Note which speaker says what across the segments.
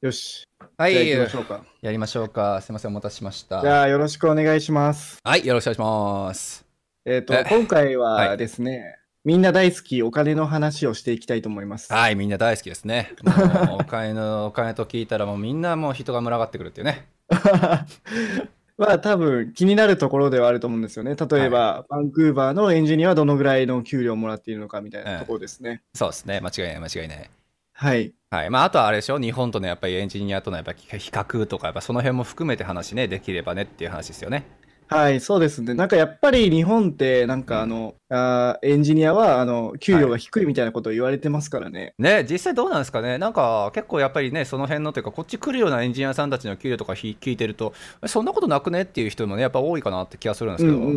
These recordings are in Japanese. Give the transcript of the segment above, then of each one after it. Speaker 1: よし。
Speaker 2: はい、
Speaker 1: じゃあ行きま
Speaker 2: や
Speaker 1: しょうか。
Speaker 2: りましょうか。すみません、お待たせしました。
Speaker 1: じゃあよろしくお願いします。
Speaker 2: はい、よろしくお願いします。
Speaker 1: えっ、と
Speaker 2: え、
Speaker 1: 今回
Speaker 2: は
Speaker 1: はいですね、みんな大好きお金の話をしていきたいと思います。
Speaker 2: はい、みんな大好きですね。もうお金の、お金と聞いたら、もうみんなもう人が群がってくるっていうね。
Speaker 1: まあ多分気になるところではあると思うんですよね。例えば、バンクーバーのエンジニアはどのぐらいの給料をもらっているのかみたいなところですね。
Speaker 2: そうですね、間違いない、間違いない。
Speaker 1: はい。
Speaker 2: はい。まあ、あとはあれでしょ、日本とのやっぱりエンジニアとのやっぱり比較とか、やっぱその辺も含めて話ね、できればねっていう話ですよね。
Speaker 1: はい、そうですね。なんかやっぱり日本って、なんかあの、あーエンジニアはあの給料が低いみたいなことを言われてますからね。
Speaker 2: ね、実際どうなんですかね、なんか結構やっぱりね、その辺のというか、こっち来るようなエンジニアさんたちの給料とかひ聞いてると、えそんなことなくねっていう人もね、やっぱ多いかなって気がするんです
Speaker 1: うん
Speaker 2: け
Speaker 1: う
Speaker 2: ど、
Speaker 1: んうんう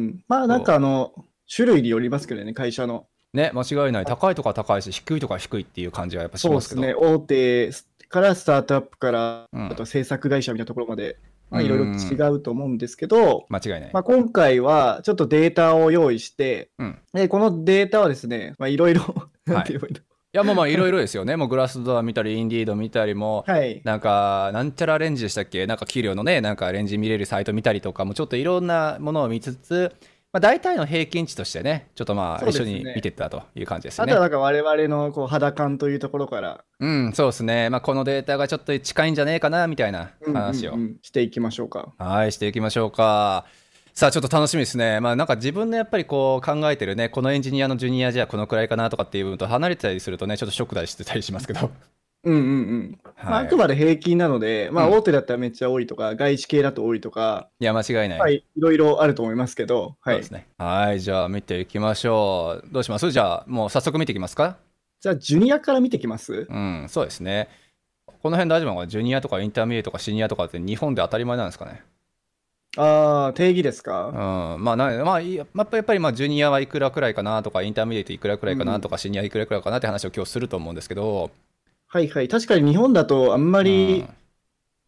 Speaker 1: ん。まあなんかあの、種類によりますけどね、会社の。
Speaker 2: ね、間違いない、高いとか高いし、低いとか低いっていう感じはやっぱし
Speaker 1: そう
Speaker 2: ま
Speaker 1: です
Speaker 2: け
Speaker 1: す
Speaker 2: ど、
Speaker 1: ね、大手からスタートアップから、
Speaker 2: うん
Speaker 1: あと制作会社みたいなところまで、まあ、
Speaker 2: うん
Speaker 1: いろいろ違うと思うんですけど、
Speaker 2: 間違いない。
Speaker 1: まあ、今回はちょっとデータを用意して、
Speaker 2: うん
Speaker 1: でこのデータはですね、まあ、いろいろ、
Speaker 2: い
Speaker 1: なんて言えばいいの
Speaker 2: いや、もうまあ、いろいろですよね、もうグラスドア見たり、インディード見たりも、
Speaker 1: はい、
Speaker 2: なんか、なんちゃらレンジでしたっけ、なんか給料のね、なんかレンジ見れるサイト見たりとかも、ちょっといろんなものを見つつ、まあ、大体の平均値としてね、ちょっとま
Speaker 1: そ
Speaker 2: あ、
Speaker 1: うで
Speaker 2: 一
Speaker 1: す
Speaker 2: 緒
Speaker 1: ね
Speaker 2: に見てったという感じですよ
Speaker 1: あ
Speaker 2: ね
Speaker 1: とは。なんか我々のこう肌感というところから
Speaker 2: うん、そうですね。まあ、このデータがちょっと近いんじゃねえかな、みたいな
Speaker 1: うんうんうん
Speaker 2: 話を。
Speaker 1: していきましょうか。
Speaker 2: はい、していきましょうか。さあ、ちょっと楽しみですね。まあ、なんか自分のやっぱりこう考えてるね、このエンジニアのジュニアじゃこのくらいかなとかっていう部分と離れてたりするとね、ちょっとショックだりしてたりしますけど。
Speaker 1: うんうんうんまあ、
Speaker 2: は
Speaker 1: あ
Speaker 2: い
Speaker 1: く。まで平均なので、まあ、
Speaker 2: うん
Speaker 1: 大手だったらめっちゃ多いとか、外資系だと多いとか、
Speaker 2: いや、間違いない。
Speaker 1: まあいろいろあると思いますけど、
Speaker 2: そ
Speaker 1: は
Speaker 2: う
Speaker 1: い
Speaker 2: です、ね。はい、じゃあ見ていきましょう。どうしますじゃあ、もう早速見ていきますか
Speaker 1: じゃあ、ジュニアから見てきます。
Speaker 2: うん、そうですね。この辺大丈夫なのかなジュニアとかインターミディエとかシニアとかって日本で当たり前なんですかね
Speaker 1: ああ、定義ですか、
Speaker 2: うん、まあなまあ、いいやまあやっぱりまあジュニアはいくらくらいかなとか、インターミディエイトいくらくらいかなとか、シニアいくらくらいかなって話を今日すると思うんですけど、
Speaker 1: はいはい。確かに日本だとあんま
Speaker 2: う
Speaker 1: り
Speaker 2: ん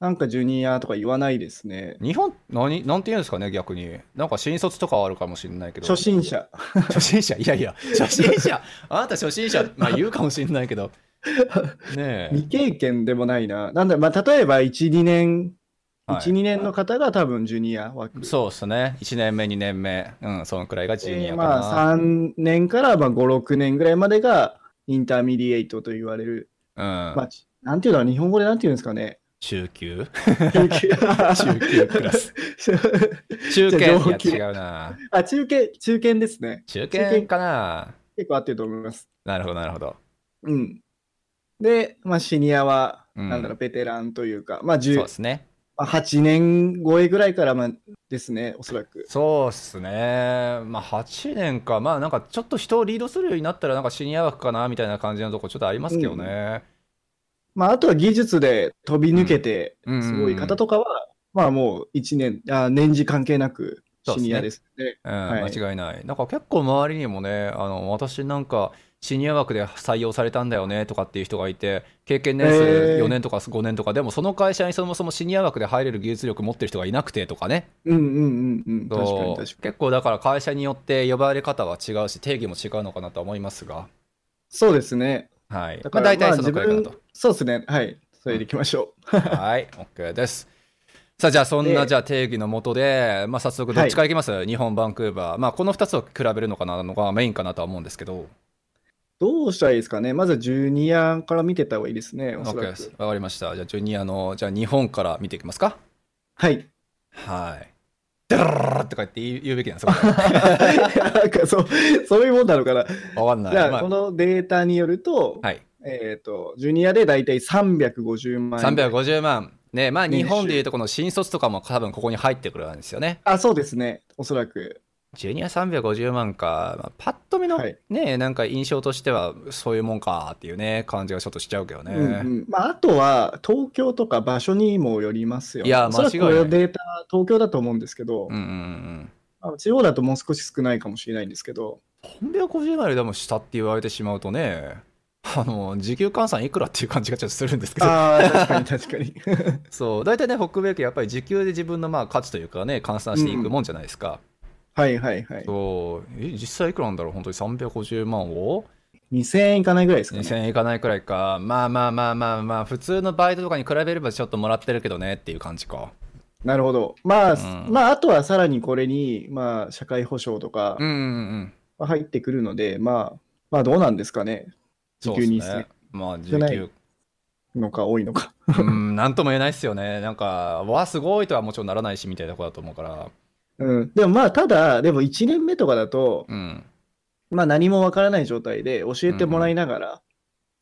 Speaker 1: なんかジュニアとか言わないですね。
Speaker 2: 日本何、なんて言うんですかね、逆に、なんか新卒とかはあるかもしれないけど、
Speaker 1: 初心者。
Speaker 2: 初心者、いやい や、初心者、あなた初心者、まあ、言うかもしれないけど、ねえ、
Speaker 1: 未経験でもないな。なんだ、まあ、例えば1、2年、
Speaker 2: はい
Speaker 1: 1、2年の方が多分ジュニア枠。
Speaker 2: そうですね、1年目、2年目、うん、そのくらいがジュニ
Speaker 1: で
Speaker 2: アかな。
Speaker 1: まあ、3年からまあ5、6年ぐらいまでがインターミディエイトと言われる。
Speaker 2: うん
Speaker 1: まあ、ちなんていうの日本語でなんて言うんですかね。
Speaker 2: 中級
Speaker 1: 中級。
Speaker 2: 中級クラス。 中堅
Speaker 1: じゃ
Speaker 2: い
Speaker 1: あ上級
Speaker 2: や違うな。
Speaker 1: あ、中堅、中堅ですね。
Speaker 2: 中
Speaker 1: 中
Speaker 2: 堅
Speaker 1: 堅
Speaker 2: かな。
Speaker 1: 結構合ってると思います。
Speaker 2: なるほど、なるほど。
Speaker 1: うん。で、まあ、シニアは、
Speaker 2: うん
Speaker 1: なんだろう、ベテランというか、まあ、
Speaker 2: そう
Speaker 1: 10
Speaker 2: ですね。
Speaker 1: まあ8年超えぐらいからまあですね、おそらく。
Speaker 2: そうっすね。まあ、8年か。まあ、なんかちょっと人をリードするようになったら、なんかシニア枠かなみたいな感じのとこちょっとありますけどね。
Speaker 1: まあ、あとは技術で飛び抜けて、
Speaker 2: うん
Speaker 1: すごい方とかは、まあもう1年、あ年次関係なく
Speaker 2: そう
Speaker 1: シ
Speaker 2: ですね
Speaker 1: ニアですね。
Speaker 2: うん、
Speaker 1: はい
Speaker 2: 間違いない。なんか結構周りにもね、あの、私なんかシニア枠で採用されたんだよねとかっていう人がいて、経験年数
Speaker 1: へー
Speaker 2: 4年とか5年とか、でもその会社にそもそもシニア枠で入れる技術力持ってる人がいなくてとかね。
Speaker 1: うんうんうんうん。確か
Speaker 2: そ
Speaker 1: に確
Speaker 2: う
Speaker 1: かに。
Speaker 2: 結構だから会社によって呼ばれ方は違うし定義も違うのかなとは思いますが、
Speaker 1: そうですね。
Speaker 2: はい
Speaker 1: だ
Speaker 2: ま
Speaker 1: か
Speaker 2: あ、
Speaker 1: ら
Speaker 2: 大体
Speaker 1: まあ
Speaker 2: そのくらいかなと
Speaker 1: 自分。そうですね。はい。それでいきましょう。
Speaker 2: はい OK ですさあじゃあそんな
Speaker 1: で
Speaker 2: じゃあ定義のもとで、まあ、早速どっちからいきます、日本バンクーバー、まあ、この2つを比べるのかなのがメインかなとは思うんですけど
Speaker 1: どうしたらいいですかね。まずはジュニアから見てた方がいいですね、おそ
Speaker 2: OK
Speaker 1: ら
Speaker 2: です
Speaker 1: く。
Speaker 2: 分かりましたじゃあジュニアのじゃあ日本から見ていきますか
Speaker 1: はい。
Speaker 2: はいダララララとか言って言う言うべきなんですかこ
Speaker 1: なんかそう、そういうもんなのかな。
Speaker 2: れわかんない
Speaker 1: じゃ
Speaker 2: ま
Speaker 1: あ、
Speaker 2: あ
Speaker 1: このデータによると、
Speaker 2: はい、
Speaker 1: えっ、と、ジュニアで大体350万円。
Speaker 2: 350万ねまあ
Speaker 1: 年収
Speaker 2: 日本でいうとこの新卒とかも多分ここに入ってくるんですよね
Speaker 1: あ、そうですね。おそらく。
Speaker 2: ジュニア350万か、まあ、パッと見の、
Speaker 1: はい
Speaker 2: ね、なんか印象としては、そういうもんかっていうね、感じがちょっとしちゃうけどね。
Speaker 1: うんうんまあ、あとは、東京とか場所にもよりますよね。
Speaker 2: いや
Speaker 1: おそらく
Speaker 2: 間違いない
Speaker 1: このデータ、東京だと思うんですけど、
Speaker 2: うんうん
Speaker 1: まあ地方だともう少し少ないかもしれないんですけ ど、
Speaker 2: うん、350万よりでも下って言われてしまうとね、あの時給換算いくらっていう感じがちょっとするんですけど、
Speaker 1: ああ、確かに確かに。
Speaker 2: そう大体ね、北米系、やっぱり時給で自分のまあ価値というかね、換算していくもんじゃないですか。
Speaker 1: はいはいはい。
Speaker 2: そうえ実際いくらなんだろう、本当に350万を
Speaker 1: 2000円いかないぐらいですかね。
Speaker 2: 2000円いかないくらいか。まあまあまあまあまあ、普通のバイトとかに比べればちょっともらってるけどねっていう感じか。
Speaker 1: なるほど。まあ、
Speaker 2: うん
Speaker 1: まあ、あとはさらにこれに、まあ、社会保障とか
Speaker 2: うんうんうん。
Speaker 1: 入ってくるので、まあ、まあ、どうなんですかね。
Speaker 2: そ
Speaker 1: 時給
Speaker 2: うです
Speaker 1: にす
Speaker 2: ね。まあ、
Speaker 1: 少ない
Speaker 2: 19。
Speaker 1: のか多いのか。
Speaker 2: うん、なんとも言えないっすよね。なんか、わあ、すごいとはもちろんならないしみたいなことだと思うから。
Speaker 1: うん。でもまあ、ただ、でも1年目とかだと、
Speaker 2: うん。
Speaker 1: まあ、何もわからない状態で教えてもらいながら、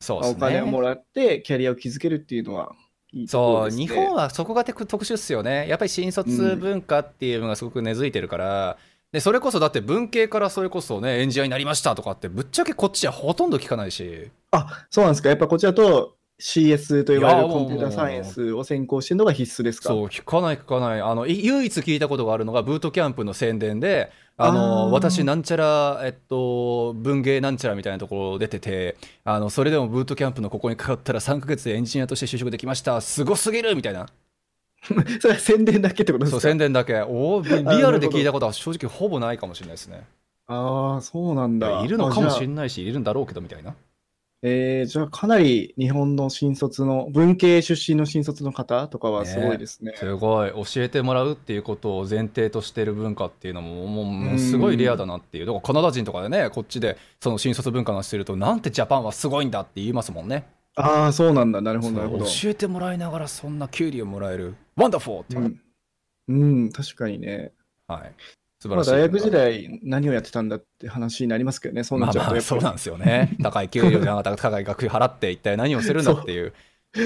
Speaker 2: そ
Speaker 1: ま
Speaker 2: う
Speaker 1: あ
Speaker 2: で
Speaker 1: お
Speaker 2: す
Speaker 1: 金をも
Speaker 2: ね。
Speaker 1: らってキャリアを築けるっていうのはいいところ
Speaker 2: そ
Speaker 1: で
Speaker 2: う、
Speaker 1: すね。
Speaker 2: 日本はそこがてく特殊っすよね。やっぱり新卒文化っていうのがすごく根付いてるから。で、それこそだって文系からそれこそね、エンジニアになりましたとかって、ぶっちゃけこっちはほとんど聞かないし。
Speaker 1: あ、そうなんですか。やっぱこちらと CS と呼ばれ
Speaker 2: いや
Speaker 1: るコンピューターサイエンスを専攻してるのが必須ですか。
Speaker 2: そう、聞かない、聞かない。あの、い唯一聞いたことがあるのが、ブートキャンプの宣伝で、あの、
Speaker 1: あー
Speaker 2: 私、なんちゃら、えっと、文芸なんちゃらみたいなところ出てて、あの、それでもブートキャンプのここにかかったら3ヶ月でエンジニアとして就職できました。すごすぎるみたいな。
Speaker 1: それは宣伝だけってことで
Speaker 2: そう、
Speaker 1: すか。
Speaker 2: 宣伝だけ。おお、リ
Speaker 1: なるほ
Speaker 2: ア
Speaker 1: ど
Speaker 2: ルで聞いたことは正直ほぼないかもしれないですね。
Speaker 1: ああ、そうなんだ。
Speaker 2: いるのかもしれ
Speaker 1: い。
Speaker 2: ないし、いるんだろうけどみたいな。
Speaker 1: えー、じゃあかなり日本の新卒の、文系出身の新卒の方とかはすごいですね。
Speaker 2: すごい教えてもらうっていうことを前提としてる文化っていうのももうもうすごいレアだなっていうだからカナダ人とかでねこっちでその新卒文化の話してるとなんてジャパンはすごいんだって言いますもんね
Speaker 1: ああ、そうなんだ。なるほど、なるほど。
Speaker 2: 教えてもらいながらそんな給料もらえるワンダフォーって、
Speaker 1: うん、うん、確かにね。
Speaker 2: はい素
Speaker 1: ま
Speaker 2: 晴ら
Speaker 1: あ、
Speaker 2: しい文
Speaker 1: 大
Speaker 2: 化、
Speaker 1: 学時代何をやってたんだって話になりますけどね、そうな
Speaker 2: ま
Speaker 1: っち
Speaker 2: あ
Speaker 1: ゃうと
Speaker 2: まあ
Speaker 1: やっぱ
Speaker 2: そう
Speaker 1: り
Speaker 2: なんですよね高い給料じゃなかった高い学費払って一体何をするんだっていう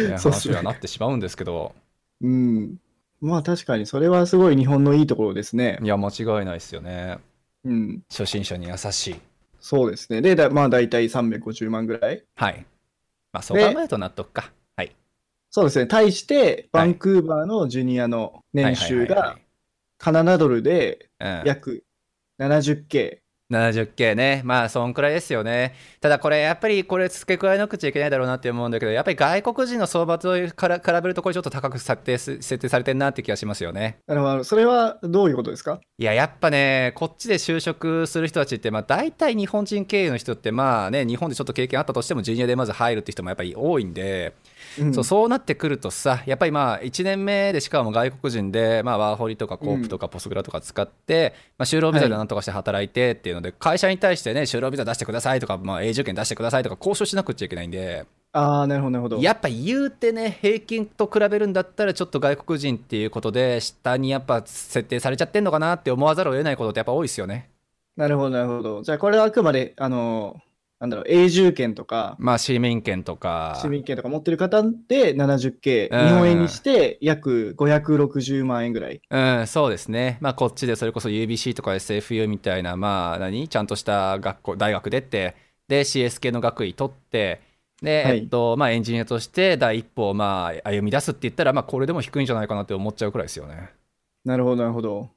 Speaker 2: ね
Speaker 1: そうっす
Speaker 2: 話
Speaker 1: ね
Speaker 2: はなってしまうんですけど
Speaker 1: うん。まあ確かにそれはすごい日本のいいところですね。
Speaker 2: いや間違いないですよね
Speaker 1: うん。
Speaker 2: 初心者に優しい
Speaker 1: そうですね。で、だまあ大体350万ぐらい。
Speaker 2: はいまあそう考えると納得かはい
Speaker 1: そうですね。対して、バンクーバーのジュニアの年収がカナダドルで
Speaker 2: 約
Speaker 1: 約 70K。
Speaker 2: 70系ねまあそんくらいですよねただこれやっぱりこれ付け加えなくちゃいけないだろうなって思うんだけどやっぱり外国人の相場とから比べるとこれちょっと高く設定す設定されてんなって気がしますよね
Speaker 1: なるほど。それはどういうことですか
Speaker 2: いややっぱねこっちで就職する人たちってまあ大体日本人経営の人ってまあね日本でちょっと経験あったとしてもジュニアでまず入るって人もやっぱり多いんで
Speaker 1: うん
Speaker 2: そうそうなってくるとさやっぱりまあ1年目でしかも外国人で、まあ、ワーホリとかコープとかポスグラとか使って、まあ、就労ビザでなんとかして働いてっていうので、会社に対してね就労ビザ出してくださいとか、まあ、永住権出してくださいとか交渉しなくちゃいけないんで
Speaker 1: ああ、なるほど、なるほど。
Speaker 2: やっぱ言うてね平均と比べるんだったらちょっと外国人っていうことで下にやっぱ設定されちゃってんのかなって思わざるを得ないことってやっぱ多いですよね。
Speaker 1: なるほど、なるほど。じゃあこれはあくまで、あの、なんだろう、永住権とか、
Speaker 2: まあ市民権とか
Speaker 1: 市民権とか持ってる方で 70K、
Speaker 2: うん
Speaker 1: 日本円にして約560万円ぐらい。
Speaker 2: うん、そうですね。まあ、こっちでそれこそ UBC とか SFU みたいな、まあ、何ちゃんとした学校、大学出て、で、CS 系の学位取って、で、
Speaker 1: はい
Speaker 2: えっと、まあ、エンジニアとして第一歩を、まあ、歩み出すって言ったら、まあ、これでも低いんじゃないかなって思っちゃうくらいですよね。
Speaker 1: なるほど、なるほど。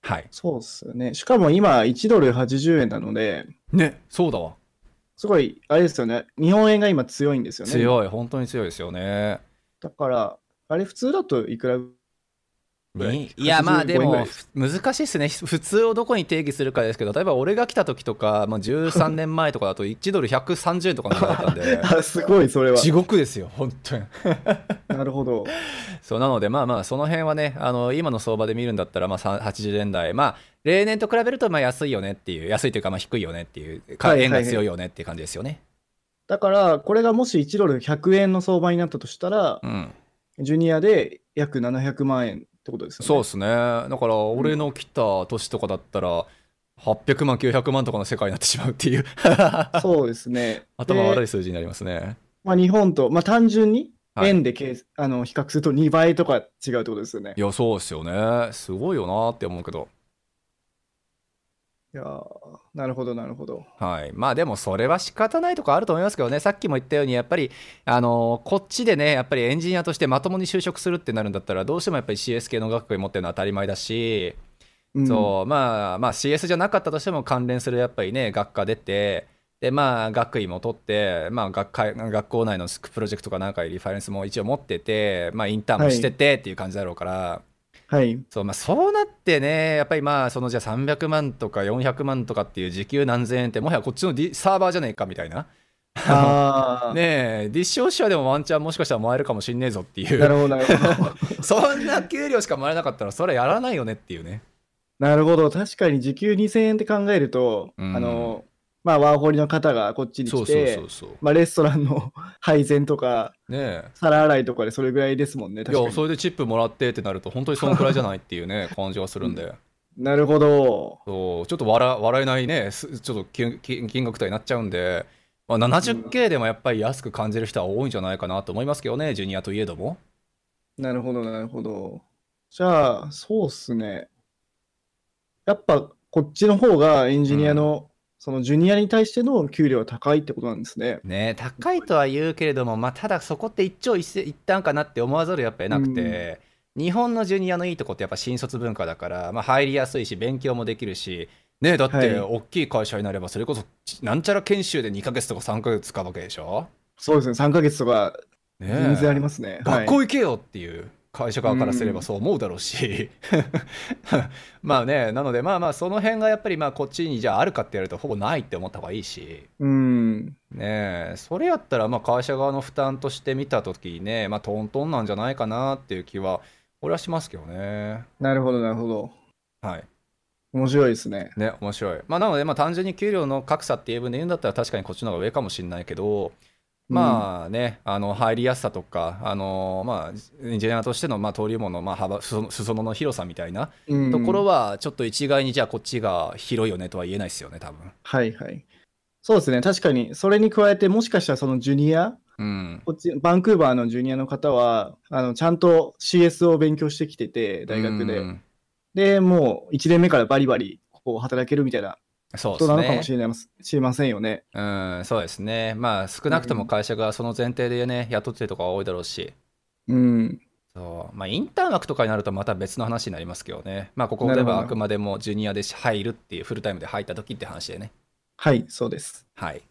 Speaker 2: はい。
Speaker 1: そうっすよね。しかも今、1ドル80円なので、
Speaker 2: ね、そうだわ。
Speaker 1: すごい、あれですよね。日本円が今強いんですよね。
Speaker 2: 強い、本当に強いですよね。
Speaker 1: だから、あれ普通だといくらぐらい
Speaker 2: にいや、まあ、
Speaker 1: 85
Speaker 2: で
Speaker 1: 円ぐら
Speaker 2: も
Speaker 1: いす、、
Speaker 2: 難しいですね。普通をどこに定義するかですけど、例えば俺が来た時とか、まあ、13年前とかだと1ドル130円とかの時代だったんで
Speaker 1: あすごい、それは。
Speaker 2: 地獄ですよ、本当に。
Speaker 1: なるほど。
Speaker 2: そうなので、まあまあ、その辺はね、あの今の相場で見るんだったら、まあ、さ80年代、まあ、例年と比べるとまあ安いよねっていう、安いというか、まあ低いよねっていう、か
Speaker 1: はいはい
Speaker 2: 円が強いよねっていう感じですよね。
Speaker 1: だから、これがもし1ドル100円の相場になったとしたら、
Speaker 2: うん、
Speaker 1: ジュニアで約700万円ってことですよね。
Speaker 2: そうですね、だから俺の来た年とかだったら、800万、900万とかの世界になってしまうっ ていう、。
Speaker 1: そうです ね
Speaker 2: 頭悪
Speaker 1: で
Speaker 2: い数字になりますね。
Speaker 1: まあ、日本と、まあ、単純に
Speaker 2: はい
Speaker 1: 円で計、あの比較すると2倍とか違うってことですよね
Speaker 2: い。や、そうですよね、すごいよなって思うけど、
Speaker 1: いやーなるほど、なるほど。
Speaker 2: はい、まあでもそれは仕方ないとこあると思いますけどね、さっきも言ったように、やっぱり、あのこっちでね、やっぱりエンジニアとしてまともに就職するってなるんだったら、どうしてもやっぱり CS 系の学位持ってるのは当たり前だし、
Speaker 1: うん
Speaker 2: そうまあ、まあ CS じゃなかったとしても関連するやっぱりね、学科出て、でまあ、学位も取って、まあ、学会学校内のプロジェクトかなんかにリファレンスも一応持ってて、まあ、インターンもしててっていう感じだろうから、
Speaker 1: はい。
Speaker 2: そうまあ、そうなってね、やっぱりまあそのじゃあ300万とか400万とかっていう時給何千円って、もはやこっちのディサーバーじゃねえかみたいな、
Speaker 1: ああ、
Speaker 2: ねえ、ディッシュオシアでもワンチャンもしかしたらもらえるかもしんねえぞってい
Speaker 1: なるほ
Speaker 2: う、
Speaker 1: ど、なるほど。
Speaker 2: そんな給料しかもらえなかったら、それはやらないよねってい うね。
Speaker 1: なるほど。確かに時給2000円って考えると、
Speaker 2: うん
Speaker 1: あの、まあ、ワーホリの方がこっちに来て、
Speaker 2: そうそうそうそう。
Speaker 1: まあ、レストランの配膳とか、
Speaker 2: ねえ
Speaker 1: 皿洗いとかでそれぐらいですもんね。
Speaker 2: い
Speaker 1: 確か
Speaker 2: や
Speaker 1: に。
Speaker 2: それでチップもらってってなると本当にそのくらいじゃないってい うね感じがするんで、
Speaker 1: なるほど。
Speaker 2: そうちょっと笑笑えないねすちょっと金金金額帯になっちゃうんで、まあ、70K でもやっぱり安く感じる人は多いんじゃないかなと思いますけどねジュニアといえども
Speaker 1: なるほど、なるほど。じゃあ、そうっすね。やっぱ、こっちの方がエンジニアの、そのジュニアに対しての給料は高いってことなんですね。
Speaker 2: ね高いとは言うけれども、まあ、ただそこって一長一短一短かなって思わざるやっぱりなくて、日本のジュニアのいいとこってやっぱ新卒文化だから、まあ、入りやすいし勉強もできるしねだっ
Speaker 1: は
Speaker 2: て
Speaker 1: い
Speaker 2: 大きい会社になればそれこそなんちゃら研修で2ヶ月とか3ヶ月使うわけでしょ
Speaker 1: そうですね。3ヶ月とか、
Speaker 2: ね
Speaker 1: 全然ありますね。は
Speaker 2: 学
Speaker 1: い
Speaker 2: 校行けよっていう会社側からすればそう思うだろうし、 まあねなのでまあまあその辺がやっぱりまあこっちにじゃああるかってやるとほぼないって思った方がいいし
Speaker 1: うん。
Speaker 2: ねえそれやったらまあ会社側の負担として見た時にねまあトントンなんじゃないかなっていう気は俺はしますけどね
Speaker 1: なるほど、なるほど。
Speaker 2: はい
Speaker 1: 面白いですね。
Speaker 2: ね面白いまあなのでまあ単純に給料の格差っていう分で言うんだったら確かにこっちの方が上かもしれないけどまあね、あの入りやすさとか、あのまあ、エンジニアとしての、まあ、登竜門の、まあ、幅裾野裾野の広さみたいな
Speaker 1: うん
Speaker 2: ところは、ちょっと一概にじゃあ、こっちが広いよねとは言えないですよね、多分
Speaker 1: はいはい。そうですね、確かに、それに加えて、もしかしたらそのジュニア、
Speaker 2: うん、
Speaker 1: こっち、バンクーバーのジュニアの方は、あのちゃんと CS を勉強してきてて、大学で。
Speaker 2: うん
Speaker 1: で、もう1年目からバリバリ、ここ働けるみたいな
Speaker 2: そ
Speaker 1: こ
Speaker 2: うで
Speaker 1: と
Speaker 2: す
Speaker 1: なのかも
Speaker 2: ね
Speaker 1: しれないます知りませんよね。
Speaker 2: うん、そうですね、まあ、少なくとも会社がその前提でね、雇ってるとこは多いだろうし、
Speaker 1: うん。
Speaker 2: そうまあ、インターン枠とかになるとまた別の話になりますけどね、まあ、ここ
Speaker 1: な
Speaker 2: で
Speaker 1: るほど
Speaker 2: はあくまでもジュニアで入るっていう、フルタイムで入った時って話でね、
Speaker 1: はい、そうです。
Speaker 2: はい、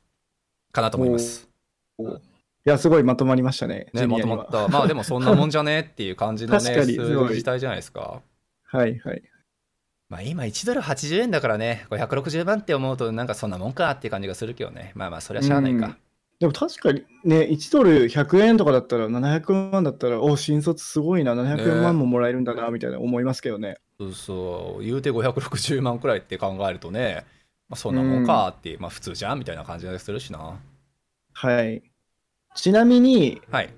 Speaker 2: かなと思います。
Speaker 1: おいや、すごいまとまりましたね、ジ
Speaker 2: ね、
Speaker 1: ュ
Speaker 2: ま
Speaker 1: ニア
Speaker 2: と
Speaker 1: に
Speaker 2: ま
Speaker 1: は。
Speaker 2: った。まあでもそんなもんじゃねっていう感じのね、
Speaker 1: 確かに
Speaker 2: 数
Speaker 1: すごい
Speaker 2: 字体じゃないですか。
Speaker 1: はいはい。
Speaker 2: まあ今1ドル80円だからね、560万って思うとなんかそんなもんかっていう感じがするけどね。まあまあそりゃしゃあないか。
Speaker 1: でも確かにね、1ドル100円とかだったら、700万だったら、お新卒すごいな、700万ももらえるんだな、みたいな思いますけどね。
Speaker 2: そうそう、言うて560万くらいって考えるとね、まあそんなもんかって、まあ普通じゃんみたいな感じがするしな。
Speaker 1: はい。ちなみに、
Speaker 2: はい。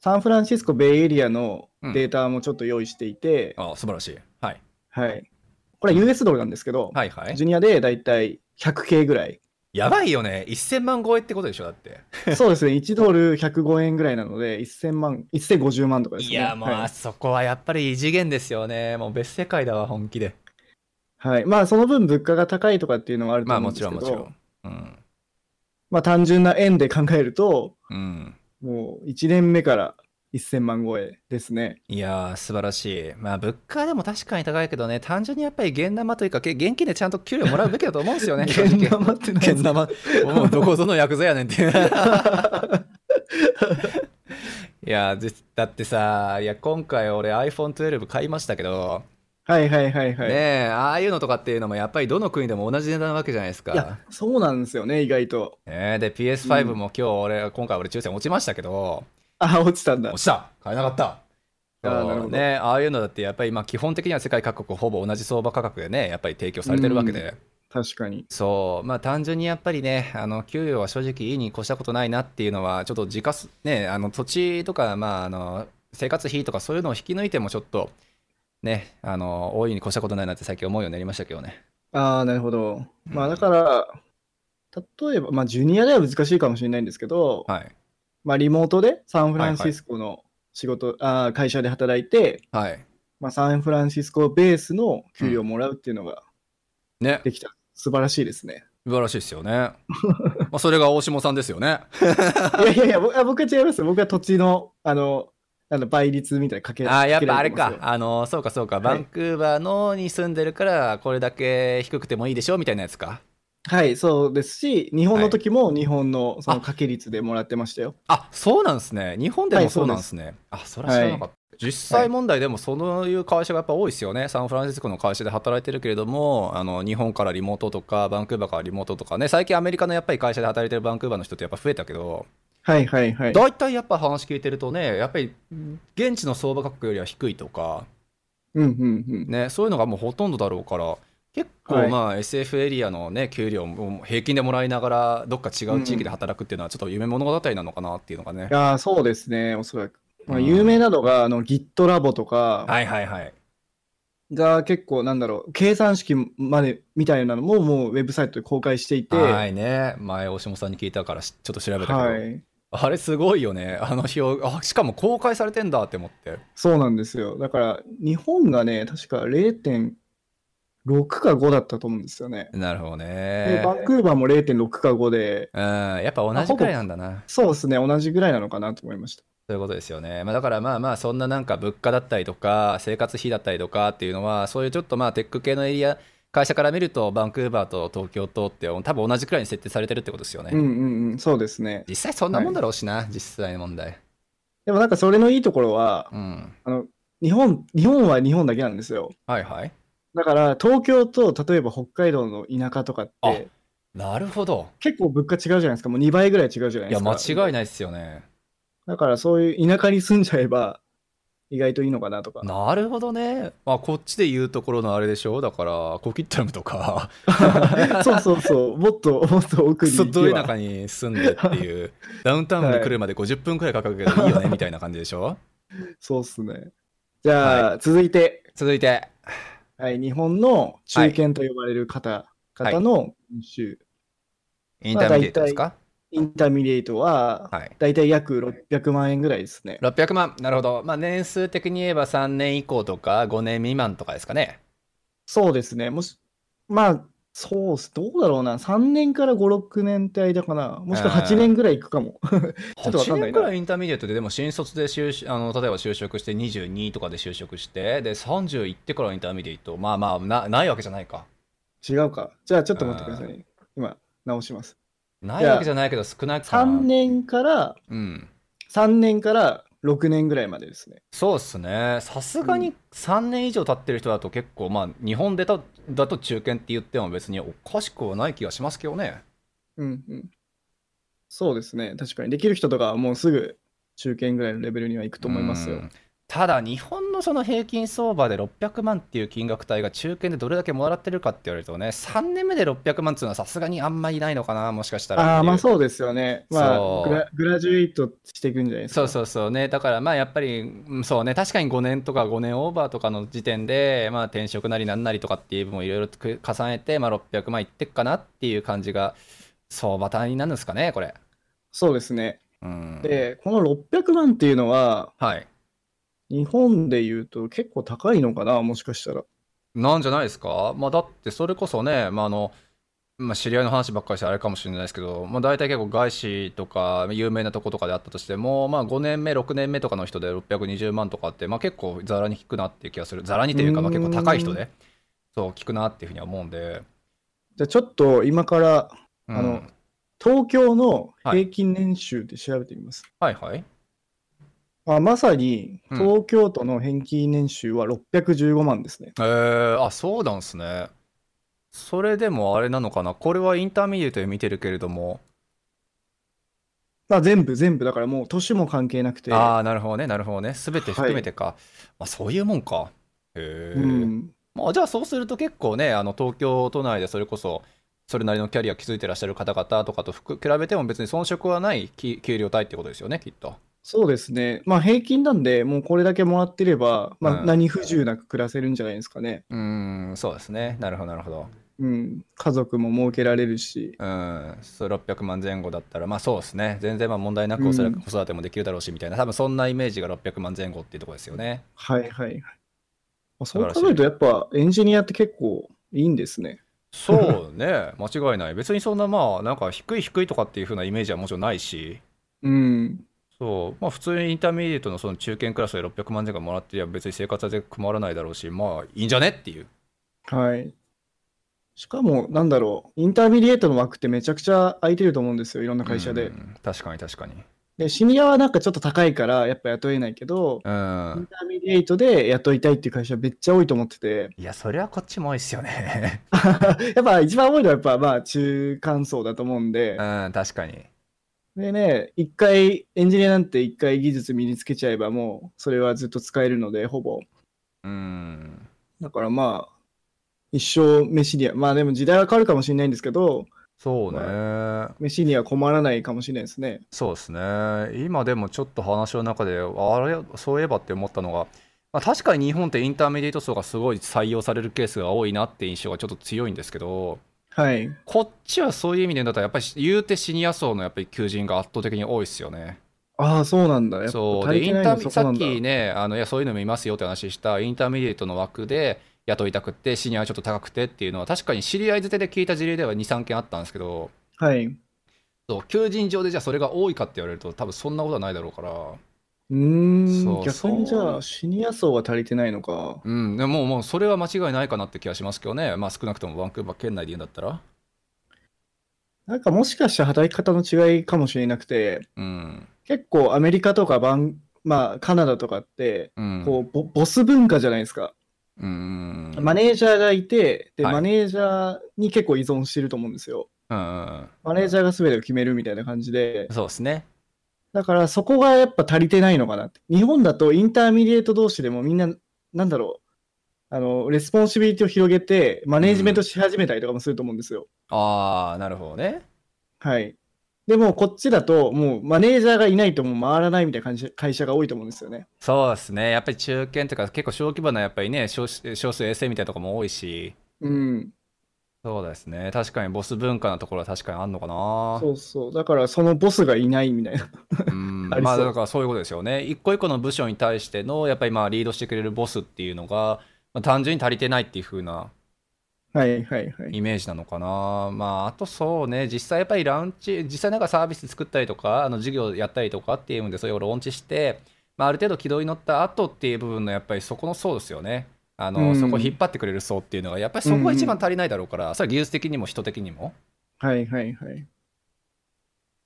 Speaker 1: サンフランシスコベイエリアのデータもちょっと用意していて、
Speaker 2: あ素晴らしい。はい。
Speaker 1: はい。これは US ドルなんですけど、
Speaker 2: はいはい
Speaker 1: ジ。ュニアでだいたい 100K ぐらい。
Speaker 2: やばいよね。1000万超えってことでしょ、だって。
Speaker 1: そうですね、1ドル105円ぐらいなので、1000万、1050万とかです
Speaker 2: い
Speaker 1: ね。
Speaker 2: や、もう
Speaker 1: は
Speaker 2: あそこはやっぱり異次元ですよね。もう別世界だわ、本気で。
Speaker 1: はい。まあ、その分物価が高いとかっていうのはあると
Speaker 2: まあ
Speaker 1: 思う
Speaker 2: も
Speaker 1: んで
Speaker 2: ち
Speaker 1: す
Speaker 2: ろ
Speaker 1: け
Speaker 2: ん
Speaker 1: ど、
Speaker 2: もちろん。うん。
Speaker 1: まあ、単純な円で考えると、
Speaker 2: うん。
Speaker 1: もう1年目から1000万超えですね。
Speaker 2: いやー、素晴らしい。まあ、物価でも確かに高いけどね、単純にやっぱり現玉というか、け現金でちゃんと給料もらうべきだと思うんですよね。
Speaker 1: 現生ってなんで
Speaker 2: 現
Speaker 1: すか
Speaker 2: 玉、もうどこぞの薬剤やね んっていう。いやーぜだってさ、いや、今回俺 iPhone12 買いましたけど、
Speaker 1: はいはいはいはい。
Speaker 2: ねえ、ああいうのとかっていうのもやっぱりどの国でも同じ値段なわけじゃないです
Speaker 1: いや
Speaker 2: か。、
Speaker 1: そうなんですよね、意外と。
Speaker 2: ねえ、で、PS5 も今日俺、今回俺抽選落ちましたけど、
Speaker 1: あ、落ちたんだ
Speaker 2: 落。ちた買えなかった
Speaker 1: あー
Speaker 2: そう
Speaker 1: なるほど
Speaker 2: ね、ああいうのだってやっぱりまあ基本的には世界各国ほぼ同じ相場価格でねやっぱり提供されてるわけで、
Speaker 1: 確かに。
Speaker 2: そうまあ単純にやっぱりねあの給与は正直いいに越したことないなっていうのはちょっと自家すねあの土地とかまああの生活費とかそういうのを引き抜いてもちょっとねあの大いに越したことないなって最近思うようになりましたけどね
Speaker 1: ああ、なるほど。
Speaker 2: うん
Speaker 1: まあだから、例えば、まあジュニアでは難しいかもしれないんですけど、
Speaker 2: はい
Speaker 1: まあリモートでサンフランシスコの仕事、あー会社で働いて、
Speaker 2: はい
Speaker 1: まあサンフランシスコベースの給料をもらうっていうのが
Speaker 2: ね
Speaker 1: できた。素晴らしいです ね。
Speaker 2: 素晴らしいですよねまあそれが大下さんですよね
Speaker 1: いやいやいや、僕あ僕は違います。僕は土地の、あの、なんだ倍率みたいなかけ
Speaker 2: あーやっぱあれ
Speaker 1: かけら
Speaker 2: か
Speaker 1: て、ますよ
Speaker 2: あのそうかそうか、
Speaker 1: い
Speaker 2: バンクーバーのに住んでるから、これだけ低くてもいいでしょみたいなやつか。
Speaker 1: はい、そうですし、日本の時も日本のその掛け率でもらってましたよ。
Speaker 2: あそうなんですね。日本で
Speaker 1: は
Speaker 2: も
Speaker 1: い
Speaker 2: そうなんですね。あそれは知らなかった。実際問題でもそういう会社がやっぱ多いですよね、サンフランシスコの会社で働いてるけれども、あの日本からリモートとか、バンクーバーからリモートとかね、最近アメリカのやっぱり会社で働いてるバンクーバーの人ってやっぱ増えたけど、
Speaker 1: はいはいはい。
Speaker 2: 大体やっぱ話聞いてるとね、やっぱり現地の相場価格よりは低いとか、
Speaker 1: うんうんうん。
Speaker 2: ね、そういうのがもうほとんどだろうから、結
Speaker 1: は
Speaker 2: 構
Speaker 1: い
Speaker 2: まあ SF エリアのね、給料も平均でもらいながら、どっか違う地域で働くっていうのは、ちょっと夢物語なのかなっていうのがね
Speaker 1: い。やーそうですね、おそらく。まあ、
Speaker 2: うん
Speaker 1: 有名なのが、あの、Git ラボとか
Speaker 2: はいはいはい。
Speaker 1: が結構、なんだろう、計算式までみたいなのも、もうウェブサイトで公開していて、
Speaker 2: は
Speaker 1: はい
Speaker 2: ね、前、大下さんに聞いたからし、ち ょっと調べたけど、
Speaker 1: い。
Speaker 2: あれすごいよね、あの表、あしかも公開されてんだって思って、
Speaker 1: そうなんですよ。だから、日本がね、確か0.6か5だったと思うんですよね。
Speaker 2: なるほど
Speaker 1: で
Speaker 2: ね、
Speaker 1: バンクーバーも0.6か5で、
Speaker 2: うん、やっぱ同じくらいなんだな、
Speaker 1: そうですね、同じぐらいなのかなと思いました。
Speaker 2: そういうことですよね、まあ、だからまあまあ、そんななんか物価だったりとか、生活費だったりとかっていうのは、そういうちょっとまあテック系のエリア、会社から見ると、バンクーバーと東京とって、多分同じくらいに設定されてるってことですよね。
Speaker 1: うんうんうん、そうですね。
Speaker 2: 実際そんなもんだろうしな、実際の問題。
Speaker 1: でもなんかそれのいいところは、
Speaker 2: うん。
Speaker 1: あの、日本、日本は日本だけなんですよ。
Speaker 2: はいはい。
Speaker 1: だから、東京と例えば北海道の田舎とかっ
Speaker 2: あ
Speaker 1: て、
Speaker 2: なるほど。
Speaker 1: 結構物価違うじゃないですか。もう2倍ぐらい違うじゃない
Speaker 2: い
Speaker 1: で
Speaker 2: や、
Speaker 1: すか。
Speaker 2: 間違いないですよね。
Speaker 1: だから、そういう田舎に住んじゃえば、意外といいのかなと か。
Speaker 2: なるほどね。まあ、こっちで言うところのあれでしょだから、コキッタ ムとか、
Speaker 1: そうそうそう。もっと、もっと奥
Speaker 2: ク
Speaker 1: に
Speaker 2: ソ
Speaker 1: 行
Speaker 2: どい
Speaker 1: けば。
Speaker 2: 中に住んでって いう、ダウンタウンで来るまで50分くらいかかるけどいいよね、みたいな感じでしょ
Speaker 1: そうっすね。じゃあ、続いて、
Speaker 2: 続いて、
Speaker 1: はい、日本の中堅と呼ばれる方、方の研修。
Speaker 2: インターミディエートですか
Speaker 1: インターミディエイトは、
Speaker 2: はい。
Speaker 1: だいたい約600万円ぐらいですね。
Speaker 2: 600万。なるほど。まあ、年数的に言えば3年以降とか5年未満とかですかね。
Speaker 1: そうですね。もし、まあ、そうっす。どうだろうな。3年から5、6年って間かな。もしくは
Speaker 2: あー
Speaker 1: 8年ぐらいいくかも。 ちょっとわか
Speaker 2: 8
Speaker 1: んないな
Speaker 2: 年くらいインターミディエートで、でも新卒で就職あの、例えば就職して22とかで就職して、で、30行ってからインターミディエート。まあまあ、なないわけじゃないか。
Speaker 1: 違うか。じゃあ、ちょっと待ってくださいね。今、直します。
Speaker 2: ないわけじゃないけど少ないかな。
Speaker 1: 3年から、
Speaker 2: うん。
Speaker 1: 3年から6年ぐらいまでですね。
Speaker 2: そうですね。さすがに3年以上経ってる人だと結構、まあ、日本でただと中堅って言っても別におかしくはない気がしますけどね。
Speaker 1: うんうん。そうですね。確かに。できる人とかはもうすぐ中堅ぐらいのレベルにはいくと思います
Speaker 2: う
Speaker 1: よ
Speaker 2: ん。ただ、日本のその平均相場で600万っていう金額帯が中堅でどれだけもらってるかって言われるとね、3年目で600万っていうのはさすがにあんまりないのかな、もしかしたらっていう。
Speaker 1: ああ、まあそうですよね。ま
Speaker 2: そ
Speaker 1: あ
Speaker 2: う
Speaker 1: グラ、グラジュエイトしていくんじゃないです
Speaker 2: そう
Speaker 1: か。
Speaker 2: そうそうね、だからまあやっぱり、うんそうね、確かに5年とか5年オーバーとかの時点で、まあ、転職なりなんなりとかっていう分をいろいろく重ねて、まあ、600万いってっかなっていう感じが、相場単位になるんですかね、これ。
Speaker 1: そうですね。
Speaker 2: うん、
Speaker 1: で、この600万っていうのは、
Speaker 2: はい、
Speaker 1: 日本で言うと結構高いのかな、もしかしたら。
Speaker 2: なんじゃないですか、まあ、だってそれこそね、まああのまあ、知り合いの話ばっかりしてあれかもしれないですけど、まあ、大体結構外資とか有名なとことかであったとしても、まあ、5年目、6年目とかの人で620万とかって、まあ、結構ざらに引くなっていう気がする、ざらにというか、まあ、
Speaker 1: うーん
Speaker 2: 結構高い人で、そう、聞くなっていうふうには思うんで、
Speaker 1: じゃあちょっと今から、
Speaker 2: うん
Speaker 1: あの東京の平均年収で調べてみます。
Speaker 2: はいはい。
Speaker 1: あまさに、
Speaker 2: うん
Speaker 1: 東京都の平均年収は615万ですね。
Speaker 2: えー、あ、そうなんすね。それでもあれなのかな、これはインターミディエートで見てるけれども、
Speaker 1: まあ全部、全部、だからもう年も関係なくて、
Speaker 2: ああ、なるほどね、なるほどね、すべて含めてか、まあ、そういうもんか。へえ。
Speaker 1: うん、
Speaker 2: まあ、じゃあそうすると結構ね、あの東京都内でそれこそ、それなりのキャリア築いてらっしゃる方々とかとふく比べても別に遜色はないき給料帯ってことですよね、きっと。
Speaker 1: そうですね。まあ平均なんで、もうこれだけもらってれば、ま
Speaker 2: う
Speaker 1: あ
Speaker 2: ん
Speaker 1: 何不自由なく暮らせるんじゃないですかね。
Speaker 2: うーん、そうですね。なるほど、なるほど。
Speaker 1: うん。家族も儲けられるし。
Speaker 2: うん、そう600万前後だったら、まあそうですね。全然まあ問題なくおそらく
Speaker 1: うん
Speaker 2: 子育てもできるだろうしみたいな、多分そんなイメージが600万前後っていうところですよね。
Speaker 1: はいはいはい。あそう
Speaker 2: 素晴らしい
Speaker 1: 考えると、やっぱエンジニアって結構いいんですね。
Speaker 2: そうね、 間違いない。別にそんなまあ、なんか低い低いとかっていう風なイメージはもちろんないし、
Speaker 1: うん。
Speaker 2: そう、まあ、普通にインターミディエートのその中堅クラスで600万円がもらってりゃ別に生活は全然困らないだろうし、まあいいんじゃねっていう。
Speaker 1: はい。しかも、なんだろう、インターミディエートの枠ってめちゃくちゃ空いてると思うんですよ、いろんな会社で。
Speaker 2: うん確かに確かに。
Speaker 1: で、シニアはなんかちょっと高いから、やっぱ雇えないけど、イ
Speaker 2: う
Speaker 1: ン
Speaker 2: ん。
Speaker 1: ターミディエートで雇いたいっていう会社めっちゃ多いと思ってて、
Speaker 2: いや、それはこっちも多いっすよね。
Speaker 1: やっぱ一番多いのはやっぱまあ中間層だと思うんで、
Speaker 2: うん、確かに。
Speaker 1: でね、一回、エンジニアなんて一回技術身につけちゃえばもう、それはずっと使えるので、ほぼ。
Speaker 2: うん。
Speaker 1: だからまあ、一生メシには、まあでも時代は変わるかもしれないんですけど、
Speaker 2: そうね。
Speaker 1: メシには困らないかもしれないですね。
Speaker 2: そうですね。今でもちょっと話の中で、あれ、そういえばって思ったのが、まあ、確かに日本ってインターメディエート層がすごい採用されるケースが多いなって印象がちょっと強いんですけど、
Speaker 1: はい。
Speaker 2: こっちはそういう意味で言うんだったら、やっぱり言うてシニア層のやっぱり求人が圧倒的に多いですよね。
Speaker 1: ああ、そうなんだ。やっぱ
Speaker 2: そう
Speaker 1: 足
Speaker 2: で
Speaker 1: りて
Speaker 2: イン
Speaker 1: ない
Speaker 2: タ
Speaker 1: の
Speaker 2: ーミ
Speaker 1: そ
Speaker 2: さ
Speaker 1: こな
Speaker 2: っ
Speaker 1: んだ。
Speaker 2: きねあのいやそういうのもいますよって話したインターミディエートの枠で雇いたくってシニアはちょっと高くてっていうのは確かに知り合い捨てで聞いた事例では23件あったんですけど
Speaker 1: はい。う
Speaker 2: そう求人上でじゃあそれが多いかって言われると多分そんなことはないだろうから
Speaker 1: ー
Speaker 2: そ
Speaker 1: ん、
Speaker 2: う
Speaker 1: 逆にじ
Speaker 2: そ
Speaker 1: ゃ
Speaker 2: う
Speaker 1: あ、シニア層は足りてないのか。
Speaker 2: うんでももうもうそれは間違いないかなって気がしますけどねまあ少なくともバンクーバー県内で言うんだったら
Speaker 1: なんかもしかしたら働き方の違いかもしれなくて、
Speaker 2: うん
Speaker 1: 結構アメリカとかバン、まあカナダとかって、
Speaker 2: うん
Speaker 1: こうボ、ボス文化じゃないですか。
Speaker 2: うん
Speaker 1: マネージャーがいて、で、
Speaker 2: はい
Speaker 1: マネージャーに結構依存してると思うんですよ。
Speaker 2: うんうん
Speaker 1: マネージャーが全てを決めるみたいな感じで、
Speaker 2: そうですね
Speaker 1: だからそこがやっぱ足りてないのかなって。日本だとインターミディエート同士でもみんな、なんだろう、あの、レスポンシビリティを広げて、マネージメントし始めたりとかもすると思うんですよ。
Speaker 2: ああなるほどね
Speaker 1: はい。でも、こっちだと、もうマネージャーがいないともう回らないみたいな感じ会社が多いと思うんですよね。
Speaker 2: そうですねやっぱり中堅とか結構小規模なやっぱりね少少数衛星みたいなとこも多いし
Speaker 1: うん。
Speaker 2: そうですね。確かにボス文化なところは確かにあんのかな。
Speaker 1: そうそう。だから、そのボスがいないみたいな。
Speaker 2: う
Speaker 1: あり
Speaker 2: ん、
Speaker 1: そう
Speaker 2: まあだからそういうことですよね。一個一個の部署に対しての、やっぱりまあリードしてくれるボスっていうのが、まあ、単純に足りてないっていう風な
Speaker 1: はいはいはい。
Speaker 2: イメージなのかな。まああとそうね、実際やっぱりランチ、実際なんかサービス作ったりとか、あの事業やったりとかっていうんで、それをローンチして、まあある程度軌道に乗った後っていう部分のやっぱりそこの層ですよね。あの、
Speaker 1: うん
Speaker 2: そこを引っ張ってくれる層っていうのが、やっぱりそこが一番足りないだろうから、それは技術的にも人的にも。
Speaker 1: はいはいはい。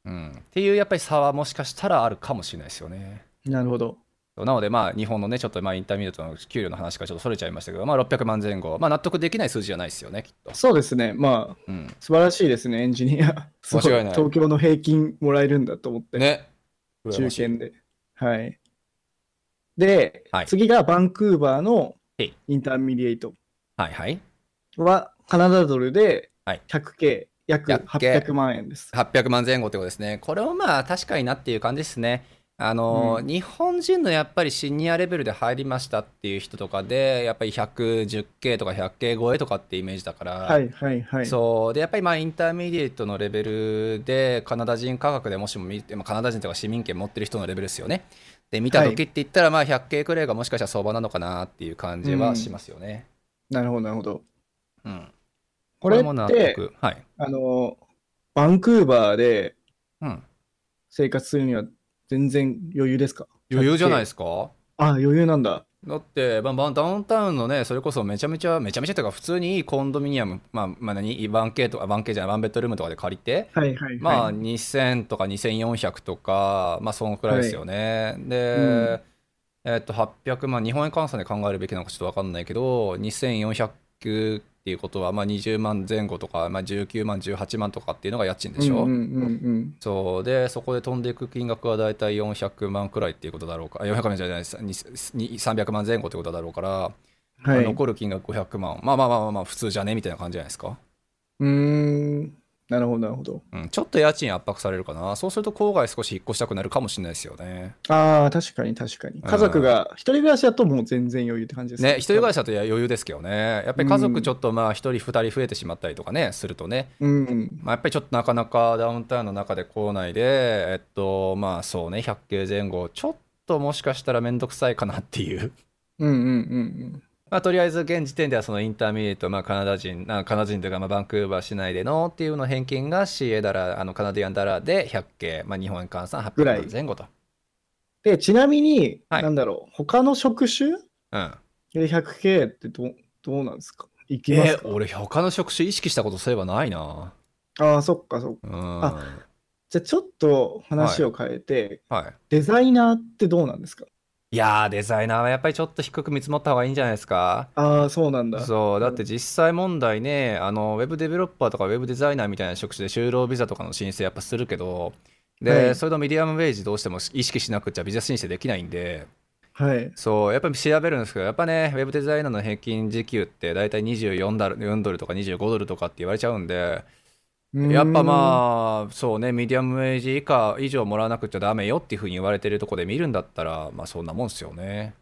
Speaker 2: うん、っていうやっぱり差はもしかしたらあるかもしれないですよね。
Speaker 1: なるほど。
Speaker 2: なので、まあ、日本のね、ちょっとまあインターミディアの給料の話からちょっとそれちゃいましたけど、まあ、600万前後、まあ、納得できない数字じゃないですよね、きっと。
Speaker 1: そうですね。まあ、
Speaker 2: うん、
Speaker 1: 素晴らしいですね、エンジニア。そう
Speaker 2: 間違いない
Speaker 1: 東京の平均もらえるんだと思って、
Speaker 2: ね。
Speaker 1: 中堅で。はい。で、
Speaker 2: はい
Speaker 1: 次がバンクーバーの
Speaker 2: はい
Speaker 1: インターミディエイト
Speaker 2: はいはい。
Speaker 1: はカナダドルで
Speaker 2: はい
Speaker 1: 100K、約
Speaker 2: 100K
Speaker 1: 800万円です。
Speaker 2: 800万前後ってことですね。これもまあ、確かになっていう感じですね。あの、日本人のやっぱりシニアレベルで入りましたっていう人とかで、やっぱり 110K とか 100K 超えとかってイメージだから、
Speaker 1: はいはいはい。
Speaker 2: そうでやっぱりまあインターミディエートのレベルでカナダ人価格でもしも見て、まあ、カナダ人とか市民権持ってる人のレベルですよねで見た時って言ったらまあ 100K くらいがもしかしたら相場なのかなっていう感じはしますよね、
Speaker 1: なるほどなるほど。
Speaker 2: うん
Speaker 1: これ
Speaker 2: も
Speaker 1: っ
Speaker 2: 納
Speaker 1: て、
Speaker 2: 得はい、
Speaker 1: あの、バンクーバーで
Speaker 2: うん、
Speaker 1: 生活するには全然余裕ですか
Speaker 2: 余裕じゃないですすか
Speaker 1: か。あ、余裕なんだ。
Speaker 2: だって、まあまあ、ダウンタウンのね、それこそめちゃめちゃ、めちゃめちゃというか、普通にいいコンドミニアム、まあ、まあ何、1K とか、1K じゃない、ワンベッドルームとかで借りて、
Speaker 1: はいはいはい。
Speaker 2: まあ、2000とか2400とか、まあ、そのくらいですよね。で、えっと、800万、日本円換算で考えるべきなのかちょっと分かんないけど、2400っていうことは、まあ、20万前後とか、まあ、19万、18万とかっていうのが家賃でし
Speaker 1: う
Speaker 2: ょ。
Speaker 1: んうんうんうん。
Speaker 2: そうで、そこで飛んでいく金額はだいたい400万くらいっていうことだろうか、あ400万じゃないです、にに300万前後ってことだろうから、まあ
Speaker 1: はい。
Speaker 2: 残る金額500万、まあまあまあまあまあ、普通じゃねみたいな感じじゃないですか。
Speaker 1: うーん、なるほど、なるほど。
Speaker 2: うん、ちょっと家賃圧迫されるかな。そうすると郊外少し引っ越したくなるかもしれないですよね。
Speaker 1: ああ、確かに確かに。家族が、一人暮らしだともう全然余裕って感じです
Speaker 2: ね、一人暮ら
Speaker 1: し。
Speaker 2: しだと余裕ですけどね。やっぱり家族ちょっとまあ一人二人増えてしまったりとかね、するとね。
Speaker 1: うん。
Speaker 2: まあやっぱりちょっとなかなかダウンタウンの中で校内で、えっとまあそうね、100系前後、ちょっともしかしたらめんどくさいかなっていう。
Speaker 1: うんうんうん
Speaker 2: まあとりあえず現時点ではそのインターミディエート、まあカナダ人、あカナダ人というかまあバンクーバー市内でのっていうの返金が CA ダラー、あのカナディアンダラーで100系、まあ日本円換算800
Speaker 1: ぐらい
Speaker 2: 万前後と。
Speaker 1: で、ちなみに、
Speaker 2: はい
Speaker 1: なんだろう、他の職種
Speaker 2: うん。
Speaker 1: で 100K ってどどうなんですか行きま
Speaker 2: え
Speaker 1: すか、
Speaker 2: 俺他の職種意識したことそういえばないな
Speaker 1: ああ、そっかそっか。
Speaker 2: うん
Speaker 1: あじゃあちょっと話を変えて、
Speaker 2: は
Speaker 1: デザイナーってどうなんですか
Speaker 2: い、いやーデザイナーはやっぱりちょっと低く見積もった方がいいんじゃないですか
Speaker 1: ああ、そうなんだ。
Speaker 2: そうだって実際問題ねあのウェブデベロッパーとかウェブデザイナーみたいな職種で就労ビザとかの申請やっぱするけどで、
Speaker 1: はい
Speaker 2: それのミディアムウェイジどうしても意識しなくちゃビザ申請できないんで
Speaker 1: はい。
Speaker 2: そうやっぱり調べるんですけどやっぱねウェブデザイナーの平均時給って大体24ドル4ドルとか25ドルとかって言われちゃうんでやっぱまあそうねミディアムウェイジ以下以上もらわなくちゃダメよっていうふうに言われてるとこで見るんだったらまあそんなもんですよね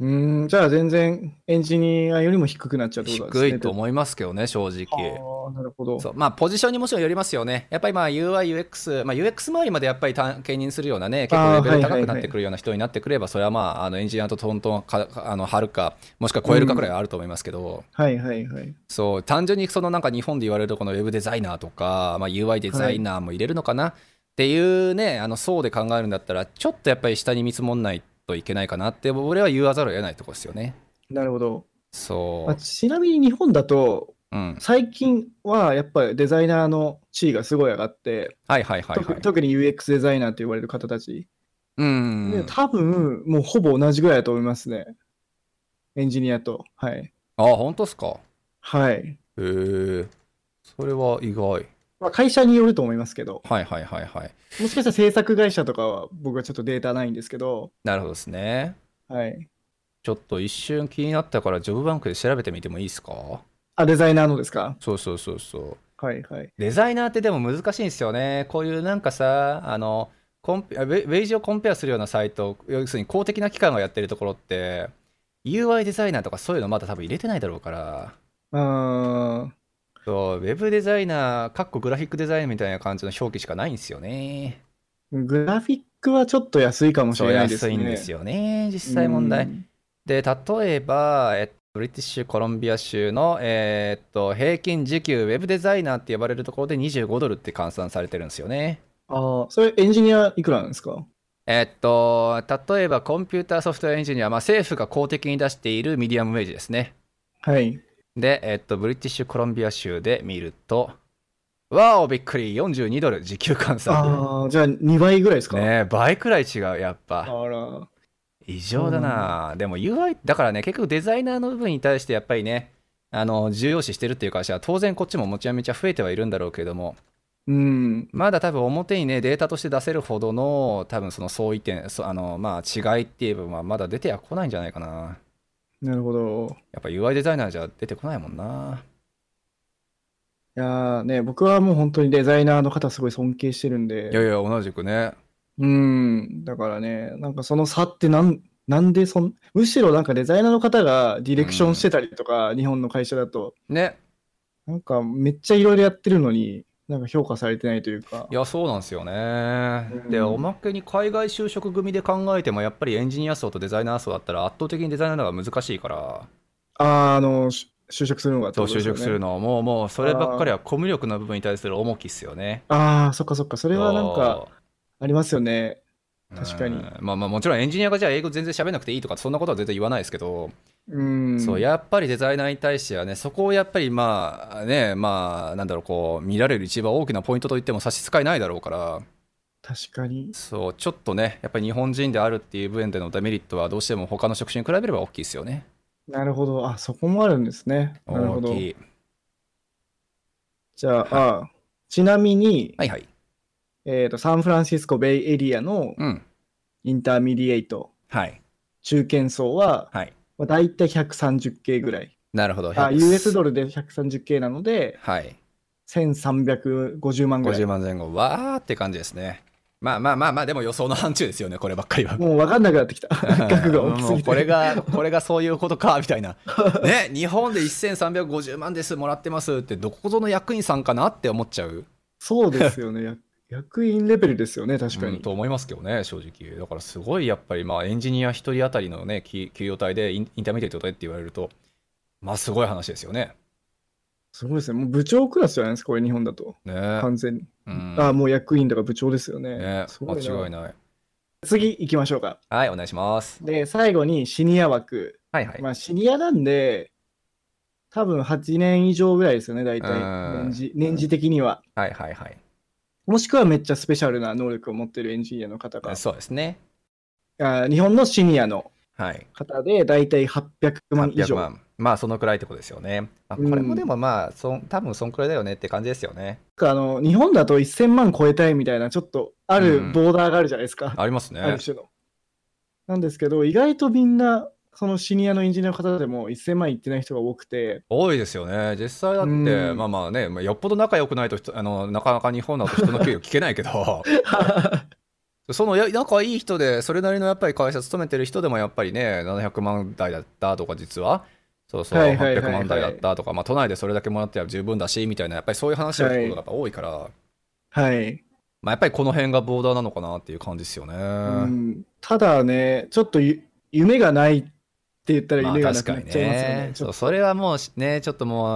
Speaker 1: うーん。うーん、じゃあ全然エンジニアよりも低くなっちゃうってことなんですね。
Speaker 2: 低いと思いますけどね正直。
Speaker 1: ああ、なるほど。
Speaker 2: そうまあ、ポジションにもちろんよりますよね、やっぱりまあ UI、UX、まあ、UX 周りまでやっぱり担兼任するようなね、結構レベル
Speaker 1: あーはいは
Speaker 2: 高
Speaker 1: いはい
Speaker 2: くなってくるような人になってくれば、それはまああのエンジニアとトントンかかあの張るか、もしくは超えるかくらいはあると思いますけど、
Speaker 1: はいはいはい。
Speaker 2: そう単純にそのなんか日本で言われるこのウェブデザイナーとか、まあ、UI デザイナーも入れるのかな、っていうね、あの層で考えるんだったら、ちょっとやっぱり下に見積もんないといけないかなって、俺は言わざるを得ないところですよね。
Speaker 1: なるほど。
Speaker 2: そ
Speaker 1: まあ、ちなみに日本だと、
Speaker 2: う、うん、
Speaker 1: 最近はやっぱりデザイナーの地位がすごい上がって、
Speaker 2: はいはいはいはい
Speaker 1: 特。特に UX デザイナーと言われる方たち、
Speaker 2: うん
Speaker 1: で多分もうほぼ同じぐらいだと思いますね。エンジニアと。はい。
Speaker 2: あ、本当ですか。
Speaker 1: はい。
Speaker 2: へえ、それは意外。
Speaker 1: まあ、会社によると思いますけど、
Speaker 2: はいはいはいはい。
Speaker 1: もしかしたら制作会社とかは僕はちょっとデータないんですけど、
Speaker 2: なるほどですね。
Speaker 1: はい。
Speaker 2: ちょっと一瞬気になったから、ジョブバンクで調べてみてもいいですか
Speaker 1: あ、デザイナーのですか
Speaker 2: そうそうそうそう。
Speaker 1: はいはい。
Speaker 2: デザイナーってでも難しいんですよね。こういうなんかさ、あの、コンペウェウェイジをコンペアするようなサイト、要するに公的な機関がやってるところって、UI デザイナーとかそういうのまだ多分入れてないだろうから、
Speaker 1: あ
Speaker 2: そうウェブデザイナー、かっこグラフィックデザインみたいな感じの表記しかないんですよね。
Speaker 1: ーグラフィックはちょっと安いかもし
Speaker 2: そう
Speaker 1: れないです
Speaker 2: 安
Speaker 1: ね。
Speaker 2: いんですよね、実際問題
Speaker 1: う。ん
Speaker 2: で、例えば、えっと、ブリティッシュコロンビア州の、えーっと、平均時給ウェブデザイナーって呼ばれるところで25ドルって換算されてるんですよね。
Speaker 1: ああ、それエンジニアいくらなんですか
Speaker 2: えっと、例えばコンピューターソフトウェアエンジニア、まあ、政府が公的に出しているミディアムウェージですね。
Speaker 1: はい。
Speaker 2: で、えっと、ブリティッシュコロンビア州で見ると、わお、びっくり、42ドル、時給換算。
Speaker 1: ああ、じゃあ2倍ぐらいですか、
Speaker 2: ねえ倍くらい違う、やっぱ。
Speaker 1: あら。
Speaker 2: 異常だな、でも UI だからね結局デザイナーの部分に対してやっぱりねあの重要視してるっていう会社は当然こっちももちゃめちゃ増えてはいるんだろうけれども
Speaker 1: うん。
Speaker 2: まだ多分表にねデータとして出せるほどの多分その相違点そあのまあ違いっていう部分はまだ出てはこないんじゃないかな
Speaker 1: なるほど。
Speaker 2: やっぱ UI デザイナーじゃ出てこないもんない
Speaker 1: やーね、僕はもう本当にデザイナーの方すごい尊敬してるんで
Speaker 2: い、やいや同じくね
Speaker 1: うん、だからね、なんかその差ってなん、なんでそん、むしろなんかデザイナーの方がディレクションしてたりとか、日本の会社だと、
Speaker 2: ね
Speaker 1: なんかめっちゃいろいろやってるのに、なんか評価されてないというか
Speaker 2: い、やそうなんですよね、で
Speaker 1: うん
Speaker 2: おまけに海外就職組で考えてもやっぱりエンジニア層とデザイナー層だったら圧倒的にデザイナーの方が難しいから
Speaker 1: あー、あの、し就職するのがって
Speaker 2: そう
Speaker 1: ことで
Speaker 2: 就
Speaker 1: すよ
Speaker 2: 職する
Speaker 1: ね。
Speaker 2: のはもうもうそればっかりはコミュ力の部分に対する重きっすよね。
Speaker 1: ああ、そっかそっか、そ
Speaker 2: そ
Speaker 1: れはなんかありますよね。
Speaker 2: う
Speaker 1: 確かに
Speaker 2: うんまあまあもちろんエンジニアがじゃあ英語全然喋らなくていいとかそんなことは絶対言わないですけど、
Speaker 1: うん、
Speaker 2: そうやっぱりデザイナーに対してはねそこをやっぱりまあねまあなんだろうこう見られる一番大きなポイントといっても差し支えないだろうから
Speaker 1: 確かに。
Speaker 2: そうちょっとねやっぱり日本人であるっていう部分でのデメリットはどうしても他の職種に比べれば大きいですよね。
Speaker 1: なるほど。あ、そこもあるんですね。なるほ
Speaker 2: 大
Speaker 1: ど。
Speaker 2: きい。
Speaker 1: じゃあ、あーちなみに、
Speaker 2: はいはい。
Speaker 1: えっと、サンフランシスコベイエリアの
Speaker 2: うん。
Speaker 1: インターミディエイト、
Speaker 2: はい。
Speaker 1: 中堅層は、
Speaker 2: はい。
Speaker 1: まあ、大体 130K ぐらい。
Speaker 2: なるほど。
Speaker 1: あ、US
Speaker 2: ドル。
Speaker 1: ドルで 130K なので、
Speaker 2: はい。
Speaker 1: 1350万ぐら
Speaker 2: 50
Speaker 1: い。
Speaker 2: 万前後、わーって感じですね。まあまあまあまあ、でも予想の範疇ですよね、こればっかりは。
Speaker 1: もう分かんなくなって きた。額が大きすぎ
Speaker 2: もう
Speaker 1: て。
Speaker 2: これが、これがそういうことか、みたいな。 ね、日本で1350万です、もらってますって、どこぞの役員さんかなって思っちゃう、
Speaker 1: そうですよね。や役員レベルですよね、確か
Speaker 2: うん
Speaker 1: に。
Speaker 2: と思いますけどね、正直。だからすごいやっぱり、まあ、エンジニア一人当たりのね、給給与体でインインターミディエイトでって言われると、まあ、すごい話ですよね。
Speaker 1: すごいですね。もう部長クラスじゃないですか、これ日本だと。
Speaker 2: ね。
Speaker 1: 完全に。
Speaker 2: うん
Speaker 1: あ、もう役員とか部長ですよね
Speaker 2: ね。
Speaker 1: すご
Speaker 2: 間違いない。
Speaker 1: 次行きましょうか。
Speaker 2: はい、お願いします。
Speaker 1: で、最後にシニア枠。
Speaker 2: はいはい。
Speaker 1: まあ、シニアなんで、多分8年以上ぐらいですよね、大体。
Speaker 2: うん
Speaker 1: 年次年次的には。
Speaker 2: はいはいはい。
Speaker 1: もしくはめっちゃスペシャルな能力を持ってるエンジニアの方が、
Speaker 2: そうですね。
Speaker 1: あ日本のシニアの
Speaker 2: はい。
Speaker 1: 方で大体800万以
Speaker 2: 800
Speaker 1: 上。
Speaker 2: 万。まあ、そのくらいってことですよね。まあ、こ
Speaker 1: うん
Speaker 2: れもでもまあ、そん多分そんくらいだよねって感じですよね。
Speaker 1: あの日本だと1000万超えたいみたいな、ちょっとあ
Speaker 2: うん
Speaker 1: るボーダーがあるじゃないですか、
Speaker 2: あります
Speaker 1: あ
Speaker 2: ね
Speaker 1: る。種の。なんですけど、意外とみんな、そのシニアのエンジニアの方でも1000万いってない人が多くて、
Speaker 2: 多いですよね。実際だって、
Speaker 1: うん
Speaker 2: まあまあね、まあ、よっぽど仲良くないと人あの、なかなか日本だと人の給与聞けないけ ど、そのや仲いい人で、それなりのやっぱり会社勤めてる人でもやっぱりね、700万台だったとか、実は、そうそう、
Speaker 1: はいはいはいは
Speaker 2: 800
Speaker 1: い
Speaker 2: 万台だったとか、まあ、都内でそれだけもらっては十分だしみたいな、やっぱりそういう話を聞くことがやっぱ多いから、
Speaker 1: はい、
Speaker 2: まあ、やっぱりこの辺がボーダーなのかなっていう感じですよね。
Speaker 1: うんただね、ちょっとゆ夢がないって言ったら
Speaker 2: まあ
Speaker 1: 夢がな
Speaker 2: 確
Speaker 1: く
Speaker 2: か
Speaker 1: なっ
Speaker 2: に
Speaker 1: ちゃいますよね。
Speaker 2: ね。
Speaker 1: ちょ
Speaker 2: そ
Speaker 1: っ
Speaker 2: うそれはもうしね、ちょっともう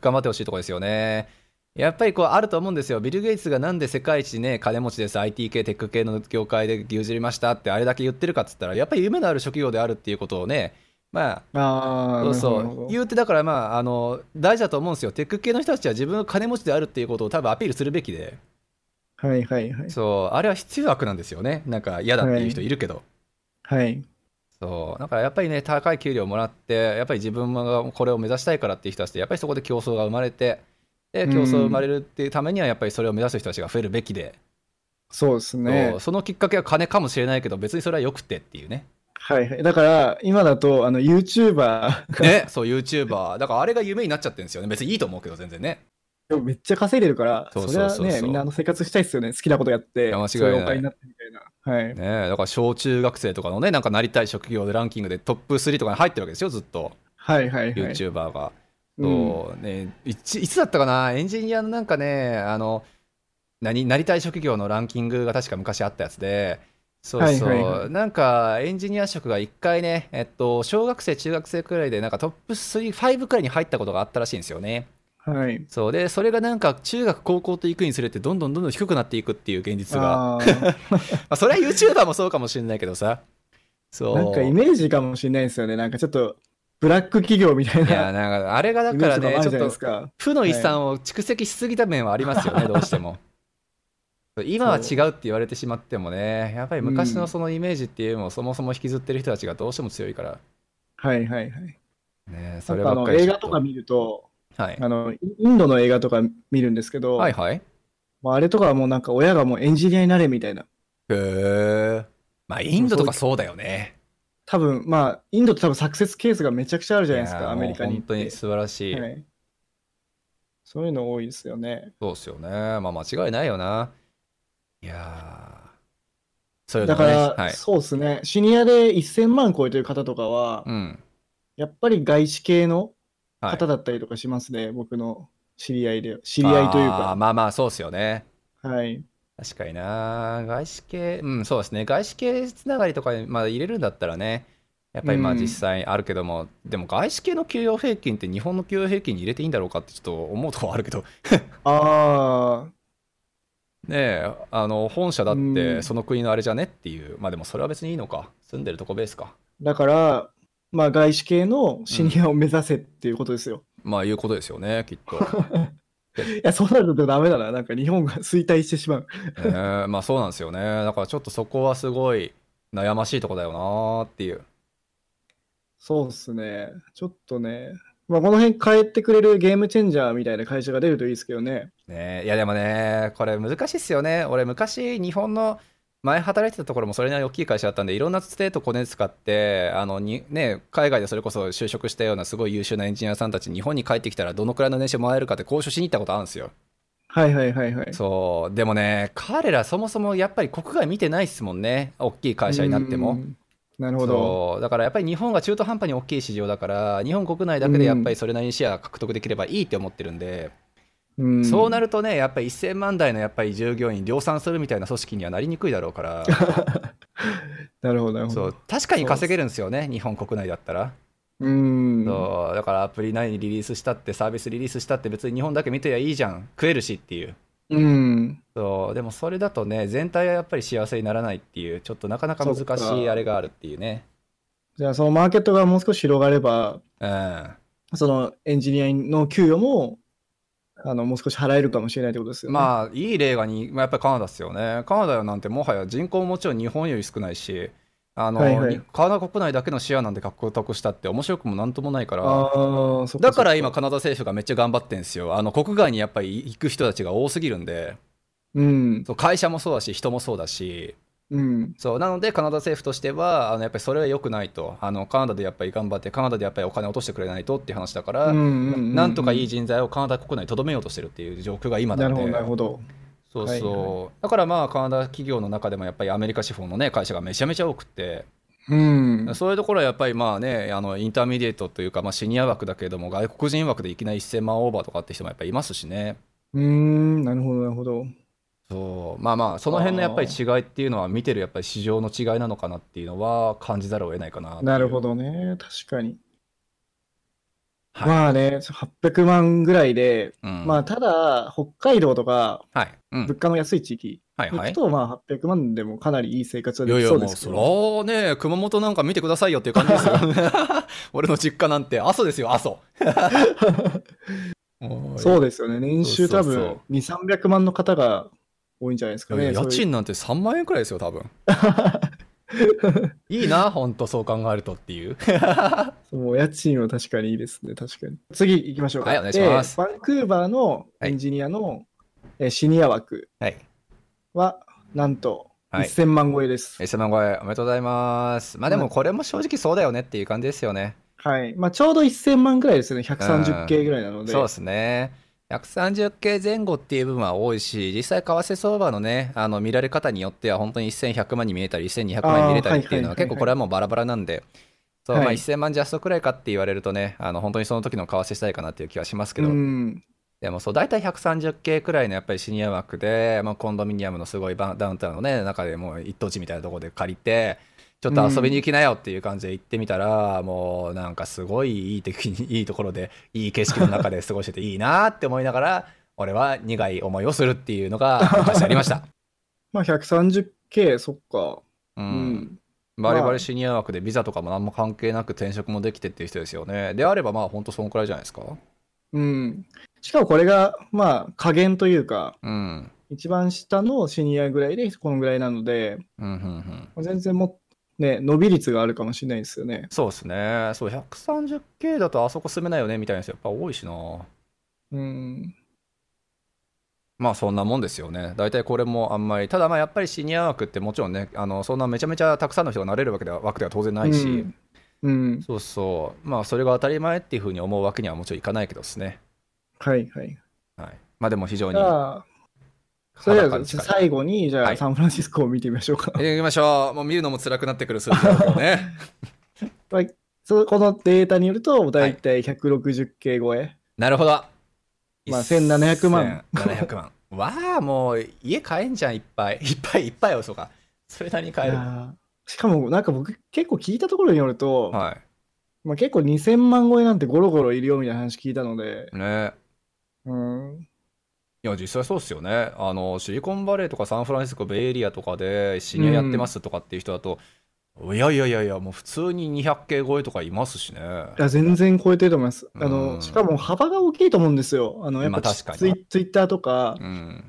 Speaker 2: 頑張ってほしいところですよね。やっぱりこうあると思うんですよ。ビル・ゲイツがなんで世界一ね、金持ちです、IT 系、テック系の業界で牛耳りましたって、あれだけ言ってるかっつったら、やっぱり夢のある職業であるっていうことをね、まあ、
Speaker 1: とあ
Speaker 2: そ
Speaker 1: ーな
Speaker 2: う
Speaker 1: るほ
Speaker 2: そ
Speaker 1: ど
Speaker 2: う、言うて、だからまあ、あの、大事だと思うんですよ。テック系の人たちは自分が金持ちであるっていうことを多分アピールするべきで、
Speaker 1: はいはいはい。
Speaker 2: そう、あれは必要悪なんですよね。なんか嫌だっていう人いるけど。
Speaker 1: はい。
Speaker 2: そうだからやっぱりね高い給料をもらってやっぱり自分がこれを目指したいからっていう人たちってやっぱりそこで競争が生まれてで
Speaker 1: うん
Speaker 2: 競争が生まれるっていうためにはやっぱりそれを目指す人たちが増えるべきで、
Speaker 1: そうですね
Speaker 2: そう。そのきっかけは金かもしれないけど別にそれはよくてっていうね
Speaker 1: はいはい。だから、今だと、あの、YouTuber
Speaker 2: ねそう YouTuber だからあれが夢になっちゃってるんですよね別にいいと思うけど全然ね
Speaker 1: でもめっちゃ稼いでるから、
Speaker 2: そう
Speaker 1: そ
Speaker 2: そうそうそう
Speaker 1: れはね、みんなあの生活したいですよね。好きなことやって、
Speaker 2: いや間違いない
Speaker 1: そういうお金になってみたいな。はい。
Speaker 2: ねだから小中学生とかのねなんかなりたい職業でランキングでトップ3とかに入ってるわけですよずっと
Speaker 1: はいはいはい。
Speaker 2: YouTuber が。
Speaker 1: うん
Speaker 2: そうね、いついつだったかな、エンジニアのなんかね、あの何なりたい職業のランキングが確か昔あったやつで、そうそう、
Speaker 1: はいはいは
Speaker 2: なんかエンジニア職が1回ね、えっと、小学生、中学生くらいで、なんかトップ3、5くらいに入ったことがあったらしいんですよね。
Speaker 1: はい。
Speaker 2: そうで、それがなんか中学、高校と行くにつれて、どんどんどんどん低くなっていくっていう現実が、
Speaker 1: あー
Speaker 2: まあ、それは YouTuber もそうかもしれないけどさ、 そう。
Speaker 1: なんかイメージかもしれないですよね。なんかちょっと、ブラック企業みたい
Speaker 2: い
Speaker 1: な
Speaker 2: や、なんかあれがだ
Speaker 1: イ
Speaker 2: か
Speaker 1: メー
Speaker 2: ら
Speaker 1: ジとか
Speaker 2: ね
Speaker 1: も、ある
Speaker 2: ちょ
Speaker 1: じゃな
Speaker 2: っ
Speaker 1: い
Speaker 2: と
Speaker 1: です。か。
Speaker 2: 負の遺産を蓄積しすぎた面はありますよね、どうして も。今は違うって言われてしまってもね、やっぱり昔のそのイメージっていうのをそもそも引きずってる人たちがどうしても強いから、
Speaker 1: はいはいはい。
Speaker 2: ね、そ
Speaker 1: なん
Speaker 2: れ
Speaker 1: かあ
Speaker 2: ばっ
Speaker 1: の
Speaker 2: かり
Speaker 1: 映
Speaker 2: ちょ
Speaker 1: 画
Speaker 2: っと
Speaker 1: とか見ると、
Speaker 2: はい、
Speaker 1: あの、インドの映画とか見るんですけど、
Speaker 2: はいはい。へ
Speaker 1: もうあれとかはもうなんか親がもうエンジニアになれみたいな。
Speaker 2: え。まあ、インドとかそうだよね。
Speaker 1: 多分まあ、インドって多分サクセスケースがめちゃくちゃあるじゃないです
Speaker 2: いや
Speaker 1: か、
Speaker 2: ー
Speaker 1: アメリカに
Speaker 2: も
Speaker 1: 行っ
Speaker 2: う本当
Speaker 1: て。
Speaker 2: に素晴らしい。
Speaker 1: はい、そういうの多いですよね。
Speaker 2: そうっすよね。まあ、間違いないよな。いやーそういう
Speaker 1: だ
Speaker 2: のも
Speaker 1: か
Speaker 2: ね、
Speaker 1: ら、
Speaker 2: はい。
Speaker 1: そうですね、シニアで1000万超えてる方とかは、
Speaker 2: うん。
Speaker 1: やっぱり外資系の
Speaker 2: はい
Speaker 1: 方だったりとかしますね、僕の知り合いで、知り合いという
Speaker 2: あー
Speaker 1: か。
Speaker 2: まあまあ、そうっすよね。
Speaker 1: はい、
Speaker 2: 確かにな外資系うんそうですね外資系つながりとかにまあ入れるんだったらねやっぱりまあ
Speaker 1: うん
Speaker 2: 実際あるけども、でも外資系の給与平均って日本の給与平均に入れていいんだろうかってちょっと思うとこあるけど ね
Speaker 1: ああ、
Speaker 2: えあの本社だっ
Speaker 1: う
Speaker 2: て
Speaker 1: ん
Speaker 2: その国のあれじゃねっていうまあでもそれは別にいいのか住んでるとこベースか
Speaker 1: だから、まあ、外資系のシニアを目指せっていうことですよ。
Speaker 2: まあいうことですよねきっ と、
Speaker 1: いや、そうなるとダメだな、なんか日本が衰退してしまう。
Speaker 2: ねえまあそうなんですよねだからちょっとそこはすごい悩ましいとこだよなっていう
Speaker 1: そうですね、ちょっとね、まあ、この辺変えてくれるゲームチェンジャーみたいな会社が出るといいですけどね。
Speaker 2: ねえいやでもね、これ難しいっすよね。俺昔、日本の前働いてたところもそれなりに大きい会社だったんで、いろんなつてとコネ使って、あのにね、海外でそれこそ就職したようなすごい優秀なエンジニアさんたち、日本に帰ってきたらどのくらいの年収もらえるかって交渉しに行ったことあるんですよ。
Speaker 1: はいはいはいはい。
Speaker 2: そう、でもね、彼らそもそもやっぱり国外見てないっすもんね、大きい会社になって
Speaker 1: う
Speaker 2: も。
Speaker 1: ん。なるほど。
Speaker 2: そうだからやっぱり日本が中途半端に大きい市場だから、日本国内だけでやっぱりそれなりにシェア獲得できればいいって思ってるんで。
Speaker 1: うん
Speaker 2: そうなるとね、やっぱり1000万台のやっぱり従業員量産するみたいな組織にはなりにくいだろう から、
Speaker 1: なるほど、なるほ
Speaker 2: そ
Speaker 1: ど。
Speaker 2: う確かに稼げるんですよね、日本国内だったら。
Speaker 1: うん。
Speaker 2: そうだからアプリ内にリリースしたって、サービスリリースしたって、別に日本だけ見てりゃいいじゃん、食えるしっていう。
Speaker 1: うん。
Speaker 2: そうでもそれだとね、全体はやっぱり幸せにならないっていう、ちょっとなかなか難
Speaker 1: そっ
Speaker 2: しい
Speaker 1: か
Speaker 2: あれがあるっていうね。
Speaker 1: じゃあ、そのマーケットがもう少し広がれば、
Speaker 2: うん、
Speaker 1: そのエンジニアの給与も、あの、もう少し払えるかもしれないってことですよね。あ、
Speaker 2: まあいい例がに、まあ、やっぱりカナダですよねカナダなんてもはや人口ももちろん日本より少ないしあの、
Speaker 1: はいはい
Speaker 2: にカナダ国内だけのシェアなんて獲得したって面白くもなんともないから
Speaker 1: あーそっ
Speaker 2: だから今
Speaker 1: そっ
Speaker 2: カナダ政府がめっちゃ頑張ってんですよあの国外にやっぱり行く人たちが多すぎるんで
Speaker 1: うん。
Speaker 2: そう会社もそうだし人もそうだし
Speaker 1: うん。
Speaker 2: そうなのでカナダ政府としてはあのやっぱりそれは良くないとあのカナダでやっぱり頑張ってカナダでやっぱりお金落としてくれないとっていう話だから、
Speaker 1: うん
Speaker 2: なんとかいい人材をカナダ国内にとどめようとしてるっていう状況が今
Speaker 1: な
Speaker 2: な
Speaker 1: る
Speaker 2: ん
Speaker 1: ほど、
Speaker 2: で
Speaker 1: なるほど。
Speaker 2: そうそう、
Speaker 1: は
Speaker 2: だからまあカナダ企業の中でもやっぱりアメリカ資本のね会社がめちゃめちゃ多くて、
Speaker 1: うん。
Speaker 2: そういうところはやっぱりまあねあのインターミディエートというか、まあ、シニア枠だけれども外国人枠でいきなり1000万オーバーとかって人もやっぱりいますしね
Speaker 1: うーん、なるほど、なるほど。
Speaker 2: そうまあまあその辺のやっぱり違いっていうのは見てるやっぱり市場の違いなのかなっていうのは感じざるを得ないかなっていう
Speaker 1: なるほどね、確かに。
Speaker 2: はい
Speaker 1: まあね、800万ぐらいで、
Speaker 2: うん
Speaker 1: まあただ、北海道とか
Speaker 2: はい、うん
Speaker 1: 物価の安い地域
Speaker 2: はい
Speaker 1: 行
Speaker 2: は
Speaker 1: く
Speaker 2: い
Speaker 1: と、まあ800万でもかなりいい生活はいで
Speaker 2: やい
Speaker 1: き
Speaker 2: や
Speaker 1: そうで
Speaker 2: もう
Speaker 1: すけ
Speaker 2: そ
Speaker 1: ど。
Speaker 2: らね熊本なんか見てくださいよっていう感じですよ 俺の実家なんて阿蘇ですよ阿蘇
Speaker 1: そうですよね、年収
Speaker 2: そ
Speaker 1: 多
Speaker 2: うそうそう
Speaker 1: 分2、300万の方が多いんじゃないですか
Speaker 2: いや
Speaker 1: ね。
Speaker 2: いや
Speaker 1: そうい
Speaker 2: 家
Speaker 1: う
Speaker 2: 賃なんて3万円くらいですよ 多分いいなほんとそう考えるとっていう
Speaker 1: そうもう家賃は確かにいいですね、確かに。次行きましょうか。
Speaker 2: はいお願いします
Speaker 1: でバンクーバーのエンジニアの、えーシニア枠
Speaker 2: はい
Speaker 1: は、なんと
Speaker 2: はい
Speaker 1: 1000万超えです。
Speaker 2: え様声おめでとうございますまあでもこれも正直そうだよねっていう感じですよね
Speaker 1: はい。まあ、ちょうど1000万ぐらいですよね。130K ぐらいなので。
Speaker 2: そうですね。130系前後っていう部分は多いし、実際、為替相場のね、あの見られ方によっては、本当に1100万に見えたり、1200万に見れたりってい
Speaker 1: あーは
Speaker 2: うのは、
Speaker 1: いはいはいはい
Speaker 2: 結構これはもうバラバラなんで、そう
Speaker 1: はい
Speaker 2: まあ、1000万ジャストくらいかって言われるとね、あの本当にその時の為替したいかなっていう気はしますけど、
Speaker 1: うん。
Speaker 2: でもそう、大体130系くらいのやっぱりシニア枠で、まあ、コンドミニアムのすごいバンダウンタウンのね、中でもう一等地みたいなところで借りて、ちょっと遊びに行きなよっていう感じで行ってみたら、もうなんかすごいいい時に、 いいところで、いい景色の中で過ごしてていいなって思いながら、俺は苦い思いをするっていうのが昔ありま した。
Speaker 1: まあ、130K、そっか。う
Speaker 2: う、
Speaker 1: んん。
Speaker 2: バリ
Speaker 1: ま
Speaker 2: バ
Speaker 1: あ
Speaker 2: リシニア枠でビザとかも何も関係なく転職もできてっていう人ですよね。であればまあ本当そのくらいじゃないですか。
Speaker 1: うん。しかもこれが、まあ、下限というか、
Speaker 2: うん。
Speaker 1: 一番下のシニアぐらいで、このぐらいなので、
Speaker 2: うんうんうん。
Speaker 1: 全然もっ、ね、伸び率があるかもしれないですよね。
Speaker 2: そうですね。そう、130K だとあそこ住めないよねみたいな人やっぱ多いしな。
Speaker 1: うん。
Speaker 2: まあそんなもんですよね。大体これもあんまり、ただまあやっぱりシニア枠ってもちろんね、あのそんなめちゃめちゃたくさんの人がなれるわけでは枠では当然ないし、
Speaker 1: うんうん。
Speaker 2: そうそう、まあそれが当たり前っていうふうに思うわけにはもちろんいかないけどですね。
Speaker 1: はいはい。
Speaker 2: はい、まあでも非常
Speaker 1: じ
Speaker 2: に
Speaker 1: ゃあ、それで
Speaker 2: 裸
Speaker 1: は
Speaker 2: に近い。
Speaker 1: 最後に、じゃ
Speaker 2: は
Speaker 1: あ、
Speaker 2: い
Speaker 1: サンフランシスコを見てみましょうか。
Speaker 2: えー行きましょう。もう見るのも辛くなってくる数字だけど ね。
Speaker 1: はいそこのデータによると、だいたい 160K 超え。
Speaker 2: なるほど。
Speaker 1: まあ1700万。
Speaker 2: 1700万。わあ、もう家買えんじゃん、いっぱい。いっぱいいっぱいよ、そうか。それなりに買え
Speaker 1: い
Speaker 2: る。
Speaker 1: やーしかも、なんか僕、結構聞いたところによると、
Speaker 2: は
Speaker 1: まあ、結構2000万超えなんてゴロゴロいるよみたいな話聞いたので、
Speaker 2: い。ね
Speaker 1: うん、
Speaker 2: いや実際そうですよねあのシリコンバレーとかサンフランシスコベイエリアとかでシニアやってますとかっていう人だと、いやいやいやいやもう普通に200系超えとかいますしね
Speaker 1: いや全然超えてると思います。あ
Speaker 2: うん
Speaker 1: のしかも幅が大きいと思うんですよ。あのやっ
Speaker 2: まあ
Speaker 1: ぱ
Speaker 2: 確かに
Speaker 1: ツイツイッターとか、
Speaker 2: うん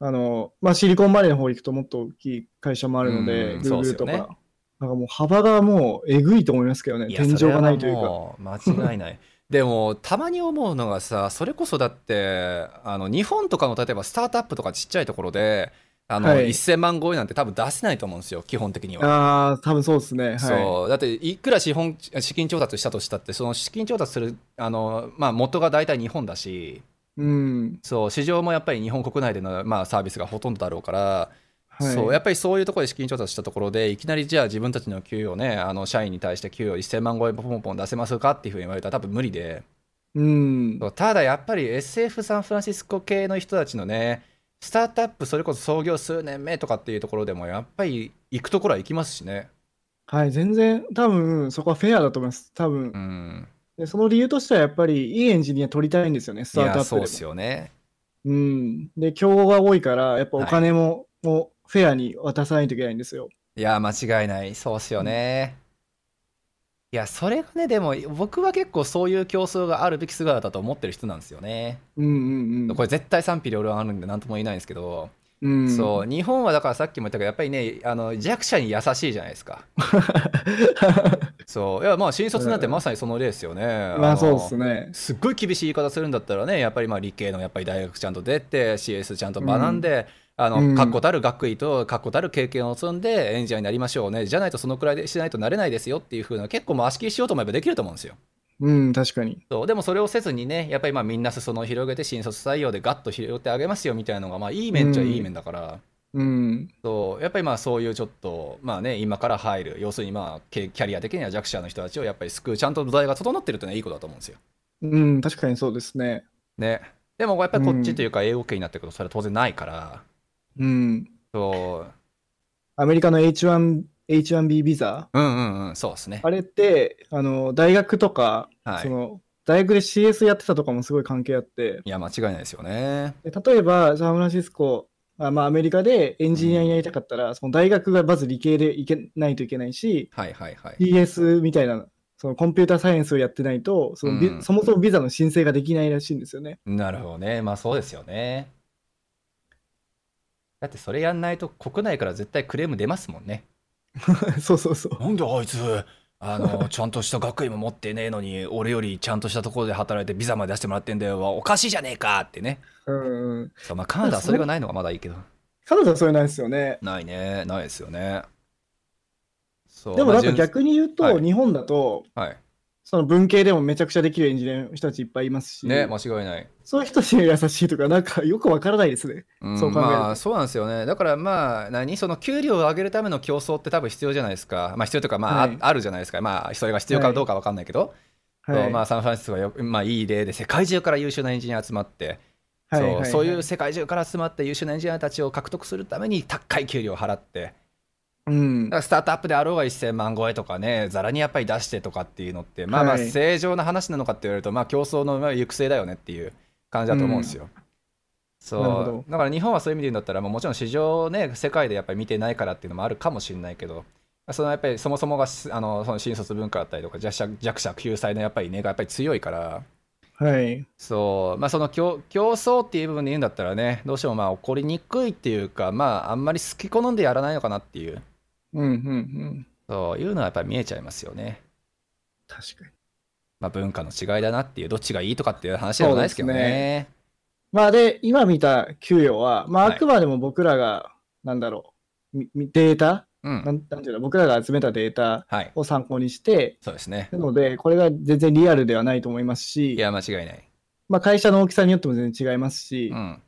Speaker 1: あのまあ、シリコンバレーの方行くともっと大きい会社もあるので、
Speaker 2: うん
Speaker 1: Google
Speaker 2: そ
Speaker 1: と
Speaker 2: う
Speaker 1: か、
Speaker 2: ですよ
Speaker 1: なんかもう幅がもうえぐいと思いますけどね、
Speaker 2: いや
Speaker 1: 天井がないという
Speaker 2: それ
Speaker 1: か。
Speaker 2: はもう間違い ないでもたまに思うのがさそれこそだってあの日本とかの例えばスタートアップとかちっちゃいところであの、
Speaker 1: はい
Speaker 2: 1000万超えなんて多分出せないと思うんですよ基本的には
Speaker 1: ああ、多分そうですね。はい、
Speaker 2: そうだっていくら資本資金調達したとしたってその資金調達するあの、まあ、元が大体日本だし
Speaker 1: うん
Speaker 2: そう市場もやっぱり日本国内での、まあ、サービスがほとんどだろうから、
Speaker 1: はい、
Speaker 2: そうやっぱりそういうところで資金調達したところでいきなりじゃあ自分たちの給与ねあの社員に対して給与1000万超えポンポン出せますかっていうふうに言われたら多分無理で
Speaker 1: うん
Speaker 2: そ、うただやっぱり SF サンフランシスコ系の人たちのねスタートアップそれこそ創業数年目とかっていうところでもやっぱり行くところは行きますしね。
Speaker 1: はい、全然、多分そこはフェアだと思います。多分、
Speaker 2: うん、
Speaker 1: でその理由としてはやっぱりいいエンジニア取りたいんですよね、ス
Speaker 2: い
Speaker 1: タート
Speaker 2: や
Speaker 1: アップ
Speaker 2: そう
Speaker 1: で
Speaker 2: で
Speaker 1: も。
Speaker 2: すよね。
Speaker 1: うん、で、競合が多いから、やっぱお
Speaker 2: はい
Speaker 1: 金も,、もうフェアに渡さないといけないんですよ。
Speaker 2: いや間違いないそうっすよね。いや、それがね、でも僕は結構そういう競争があるべき姿だと思ってる人なんですよね。
Speaker 1: うんうんうん。
Speaker 2: これ絶対賛否両論あるんで何とも言えないんですけど、
Speaker 1: うん、
Speaker 2: そう、日本はだからさっきも言ったけど、やっぱりね、あの弱者に優しいじゃないで すか。そう、いや、まあ新卒なんてまさにその例ですよね。
Speaker 1: まあそう
Speaker 2: で
Speaker 1: ですね。
Speaker 2: すっごい厳しい言い方するんだったらねやっぱりまあ理系のやっぱり大学ちゃんと出て CS ちゃんと学んで、あ
Speaker 1: う
Speaker 2: の
Speaker 1: ん
Speaker 2: 確固たる学位と確固たる経験を積んでエンジニアになりましょうねじゃないとそのくらいでしないとなれないですよっていう風な結構もう足切りしようと思えばできると思うんですよ
Speaker 1: うん、確かに。
Speaker 2: そうでもそれをせずにねやっぱりまあみんな裾野を広げて新卒採用でガッと拾ってあげますよみたいなのがまあいい面っちゃいい面だから、
Speaker 1: うん。
Speaker 2: そうやっぱりまあそういうちょっとまあね今から入る要するにまあけキャリア的には弱者の人たちをやっぱり救うちゃんと土台が整ってるっていうのはいいことだと思うんですよ
Speaker 1: うん、確かにそうですね。
Speaker 2: ね、でもやっぱりこっちというか英語圏になってくるとそれは当然ないから、
Speaker 1: うん。
Speaker 2: そう
Speaker 1: アメリカの H1、H1B ビザ、
Speaker 2: うんうんうんそうですね
Speaker 1: あれって、あの、大学とか、
Speaker 2: はい
Speaker 1: その、大学で CS やってたとかもすごい関係あって、
Speaker 2: いや間違いないですよね
Speaker 1: で例えば、サンフランシスコ、あまあ、アメリカでエンジニアになりたかったら、その大学がまず理系でいけないといけないし、
Speaker 2: はいはいはい
Speaker 1: CS みたいな、そのコンピューターサイエンスをやってないと、そのビ
Speaker 2: うん
Speaker 1: そもそもビザの申請ができないらしいんですよね。
Speaker 2: なるほどねまあそうですよねだってそれやんないと国内から絶対クレーム出ますもんね
Speaker 1: そうそうそう。
Speaker 2: なんであいつあ のちゃんとした学位も持ってねえのに俺よりちゃんとしたところで働いてビザまで出してもらってんだよわおかしいじゃねえかってね
Speaker 1: うんうん。
Speaker 2: そうまあカナダはそれがないのがまだいいけど
Speaker 1: 彼女はそれないですよね。
Speaker 2: ないねないですよねそう
Speaker 1: でも
Speaker 2: ま
Speaker 1: な
Speaker 2: あ
Speaker 1: んか逆に言うと、
Speaker 2: はい
Speaker 1: 日本だと、
Speaker 2: はい
Speaker 1: その文系でもめちゃくちゃできるエンジニアの人たちいっぱいいますし、
Speaker 2: ね間違いない、
Speaker 1: そういう人たちに優しいとか、なんかよくわからないですね。
Speaker 2: うん
Speaker 1: そう考えると
Speaker 2: まあそうなんですよねだからまあ何その給料を上げるための競争って多分必要じゃないですかまあ必要というかまあ、
Speaker 1: はい
Speaker 2: ああるじゃないですかまあそれが必要かどうかわかんないけど、
Speaker 1: は
Speaker 2: そう
Speaker 1: い。
Speaker 2: まあサンフランシスコがよまあいい例で世界中から優秀なエンジニア集まって、
Speaker 1: はい
Speaker 2: そう
Speaker 1: は
Speaker 2: そういう、世界中から集まって優秀なエンジニアたちを獲得するために高い給料を払って
Speaker 1: うん
Speaker 2: だか。らスタートアップであろうが1000万超えとかねざらにやっぱり出してとかっていうのってまあまあ
Speaker 1: はい
Speaker 2: 正常な話なのかって言われるとまあ競争のまあ行く末だよねっていう感じだと思うんですよ。
Speaker 1: なるほ
Speaker 2: そ
Speaker 1: ど
Speaker 2: うだから日本はそういう意味で言うんだったら、まあ、もちろん市場をね世界でやっぱり見てないからっていうのもあるかもしれないけどそのやっぱりそもそもがすあのその新卒文化だったりとか弱者弱者救済のやっぱり根がやっぱり強いから
Speaker 1: はい。
Speaker 2: そう、まあ、その競競争っていう部分で言うんだったらねどうしてもまあ起こりにくいっていうかまああんまり好き好んでやらないのかなっていう
Speaker 1: うんうんうん。
Speaker 2: そういうのはやっぱり見えちゃいますよね。
Speaker 1: 確かに。
Speaker 2: まあ、文化の違いだなっていうどっちがいいとかっていう話でもないですけどね
Speaker 1: そうですまあで、今見た給与は、まあ
Speaker 2: は
Speaker 1: あ
Speaker 2: い
Speaker 1: くまでも僕らが、なんだろう、みみデータ
Speaker 2: う
Speaker 1: なんんなんていうの、僕らが集めたデータ
Speaker 2: はい
Speaker 1: を参考にして、
Speaker 2: そうですね
Speaker 1: なので、これが全然リアルではないと思いますし、
Speaker 2: いや間違いない、
Speaker 1: まあ、会社の大きさによっても全然違いますし
Speaker 2: う、ん、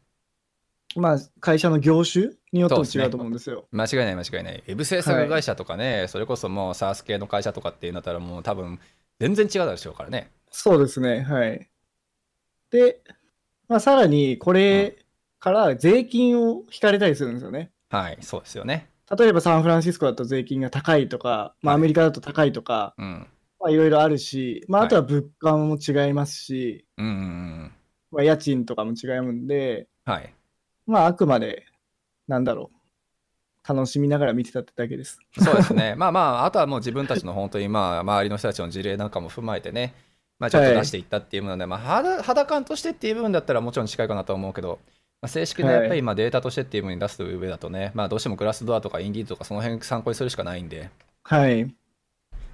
Speaker 1: まあ、会社の業種によっても
Speaker 2: そうですね
Speaker 1: 違うと思うんですよ。
Speaker 2: 間違いない間違いないウェブ制作会社とかね、それこそもう SARS 系の会社とかっていうんだったらもう多分全然違うでしょうからね
Speaker 1: そうですね、はい。で、まあ、さらにこれから税金を引かれたりするんですよね。
Speaker 2: はいそうですよね
Speaker 1: 例えばサンフランシスコだと税金が高いとか、まあ、
Speaker 2: は
Speaker 1: ア
Speaker 2: い
Speaker 1: メリカだと高いとか、
Speaker 2: うん
Speaker 1: まあいろいろあるし、まあ、
Speaker 2: はい
Speaker 1: あとは物価も違いますし、
Speaker 2: うんうんうん
Speaker 1: まあ、家賃とかも違うんで、
Speaker 2: はい
Speaker 1: まあ、あくまで、なんだろう、楽しみながら見てたってだけです。
Speaker 2: そうですねまあまああとはもう自分たちの本当にまあ周りの人たちの事例なんかも踏まえてねまあちょっと出していったっていうもので、まあ肌肌感としてっていう部分だったらもちろん近いかなとは思うけど、まあ、正式な
Speaker 1: はい
Speaker 2: やっぱりまあデータとしてっていう部分に出す上だとね、まあどうしてもグラスドアとかインディードとかその辺参考にするしかないんで
Speaker 1: はい、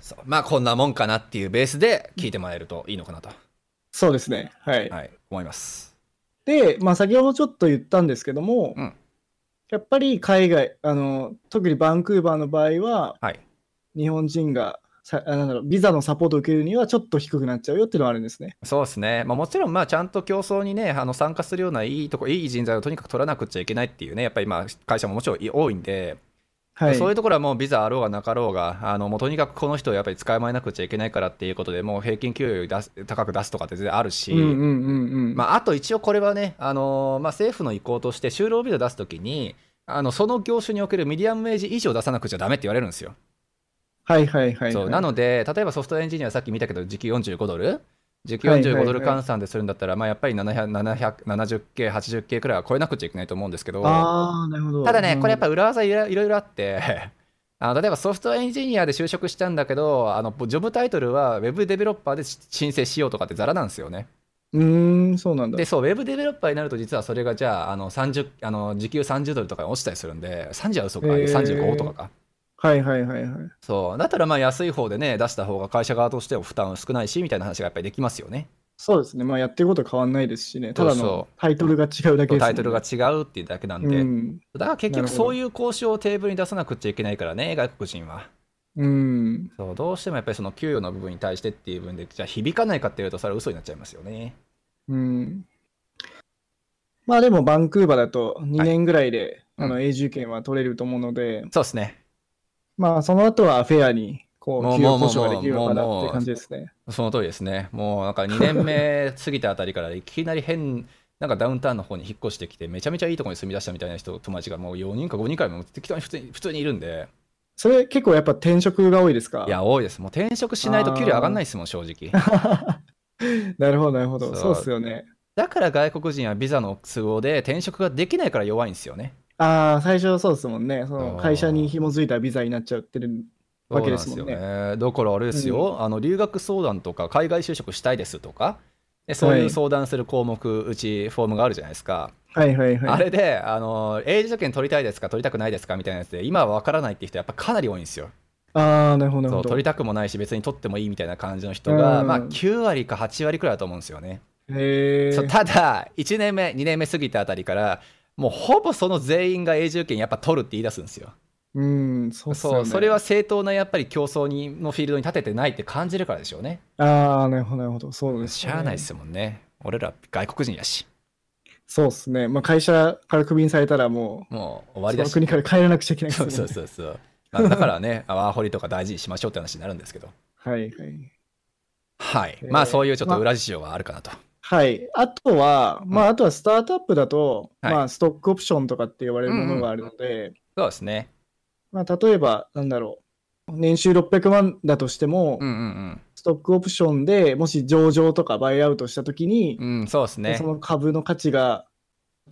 Speaker 2: そうまあこんなもんかなっていうベースで聞いてもらえるといいのかなと、
Speaker 1: そうですね。はい。
Speaker 2: はい、思います。
Speaker 1: で、まあ、先ほどちょっと言ったんですけども、
Speaker 2: うん
Speaker 1: やっぱり海外あの、特にバンクーバーの場合は、
Speaker 2: はい
Speaker 1: 日本人がさあなんだろうビザのサポートを受けるにはちょっと低くなっちゃうよっていうのはあるんですね。
Speaker 2: そうですね、まあ、もちろんまあちゃんと競争に、ね、あの参加するようないいとこいい人材をとにかく取らなくちゃいけないっていうね、やっぱり今、会社ももちろん多いんで、
Speaker 1: はい、
Speaker 2: そういうところはもうビザあろうがなかろうが、あのもうとにかくこの人をやっぱり使いまえなくちゃいけないからっていうことで、もう平均給与より出す高く出すとかって全然あるし、
Speaker 1: うんうんうんうん。
Speaker 2: まあ、あと一応これはね、あのーまあ、政府の意向として、就労ビザ出すときに、あのその業種におけるミディアムウェージ以上出さなくちゃダメって言われるんですよ。
Speaker 1: はいはいはい、はい。
Speaker 2: そうなので、例えばソフトエンジニア、さっき見たけど、時給45ドル、時給
Speaker 1: はいはいは
Speaker 2: 45
Speaker 1: い
Speaker 2: ドル換算でするんだったら、まあやっぱり700 770K、80K くらいは超えなくちゃいけないと思うんですけど、
Speaker 1: ああ、なるほど。
Speaker 2: ただね、これやっ
Speaker 1: ぱ、
Speaker 2: ぱ裏技いろいろいろあって、 あの例えばソフトウェアエンジニアで就職したんだけど、あのジョブタイトルは Web デベロッパーで申請しようとかってざらなんですよね。
Speaker 1: うーん、そうなんだ
Speaker 2: で、。そう、ウェブデベロッパーになると、実はそれがじゃあ、あの30あの時給30ドルとかに落ちたりするんで、30は嘘か、
Speaker 1: へー
Speaker 2: 35とかか。
Speaker 1: はいはいはいはい。
Speaker 2: そう、だったらまあ安い方でね、出した方が会社側としても負担少ないし、みたいな話がやっぱりできますよね。
Speaker 1: そうですね。まあやってることは変わんないですしね。ただ
Speaker 2: そう
Speaker 1: の
Speaker 2: そ
Speaker 1: タイトルが違うだけです、ね。
Speaker 2: タイトルが違うっていうだけなんで、
Speaker 1: うん。
Speaker 2: だから結
Speaker 1: なる
Speaker 2: 局
Speaker 1: ほど
Speaker 2: そういう交渉をテーブルに出さなくちゃいけないからね、外国人は。
Speaker 1: うん。
Speaker 2: そうどうしてもやっぱりその給与の部分に対してっていう部分で、じゃあ響かないかっていうと、それは嘘になっちゃいますよね。
Speaker 1: うん。まあでもバンクーバーだと2年ぐらいで、
Speaker 2: うん
Speaker 1: あの永住権は取れると思うので、
Speaker 2: そうですね。
Speaker 1: まあその後はフェアにこ
Speaker 2: もう
Speaker 1: う給与保障ができるのか
Speaker 2: もうも
Speaker 1: なっ
Speaker 2: うもう
Speaker 1: て感じですね。
Speaker 2: その通りですね。もうなんか2年目過ぎたあたりからいきなり変、なんかダウンタウンの方に引っ越してきて、めちゃめちゃいいところに住み出したみたいな人、友達がもう4人か5人かも適当に普通に普通にいるんで、
Speaker 1: それ結構やっぱ転職が多いですか
Speaker 2: いや、多いです。もう転職しないと給料上がんないですもん、正直。
Speaker 1: なるほどなるほど。
Speaker 2: そ
Speaker 1: そううですよね。
Speaker 2: だから外国人はビザの都合で転職ができないから弱いんですよね。
Speaker 1: ああ、最初そうですもんね。そ
Speaker 2: あ
Speaker 1: の
Speaker 2: ー
Speaker 1: 会社に紐づいたビザになっちゃってるわけですもん
Speaker 2: そうなん
Speaker 1: ね。
Speaker 2: ですよね。だからあれですよ、あの留学相談とか海外就職したいですとか、でそういう相談する項目、うちフォームがあるじゃないですか。
Speaker 1: はいはいはい。
Speaker 2: あれで、あの永住権取りたいですか、取りたくないですかみたいなやつで、今は分からないって人、やっぱかなり多いんですよ。
Speaker 1: ああ、なるほどなる
Speaker 2: そ
Speaker 1: ほ
Speaker 2: う
Speaker 1: ど。
Speaker 2: 取りたくもないし、別に取ってもいいみたいな感じの人が、
Speaker 1: うん
Speaker 2: まあ、9割か8割くらいだと思うんですよね。
Speaker 1: へ
Speaker 2: そう
Speaker 1: え。
Speaker 2: ただ、1年目、2年目過ぎたあたりから、もうほぼその全員が永住権やっぱ取るって言い出すんですよ。
Speaker 1: うん、そうっすよ
Speaker 2: そ
Speaker 1: ね
Speaker 2: うそれは正当なやっぱり競争にのフィールドに立ててないって感じるからでしょうね。
Speaker 1: ああ、なるほど、なるほど。そうです、
Speaker 2: しゃあないっ。すもんね。俺ら外国人やし、
Speaker 1: そうですね。まあ、会社からクビにされたらも
Speaker 2: もう終
Speaker 1: う、
Speaker 2: わり
Speaker 1: そ
Speaker 2: だ
Speaker 1: の
Speaker 2: し。
Speaker 1: 国から帰らなくちゃいけないです
Speaker 2: そ
Speaker 1: もん
Speaker 2: う
Speaker 1: ね
Speaker 2: そうそうそう。まあだからね、 ワーホリとか大事にしましょうって話になるんですけど。
Speaker 1: はいはい。
Speaker 2: はい。
Speaker 1: えー
Speaker 2: まあそういうちょっと裏事情はあるかなと。
Speaker 1: はい。あとは、ま
Speaker 2: う
Speaker 1: あ、あとはスタートアップだと、
Speaker 2: はい
Speaker 1: まあ、ストックオプションとかって言われるものがあるので、
Speaker 2: そうですね。
Speaker 1: まあ、例えば、なんだろう。年収600万だとしても、
Speaker 2: うんうん
Speaker 1: ストックオプションでもし上場とかバイアウトしたときに、
Speaker 2: うん。うん、そうですね
Speaker 1: そ。の株の価値が、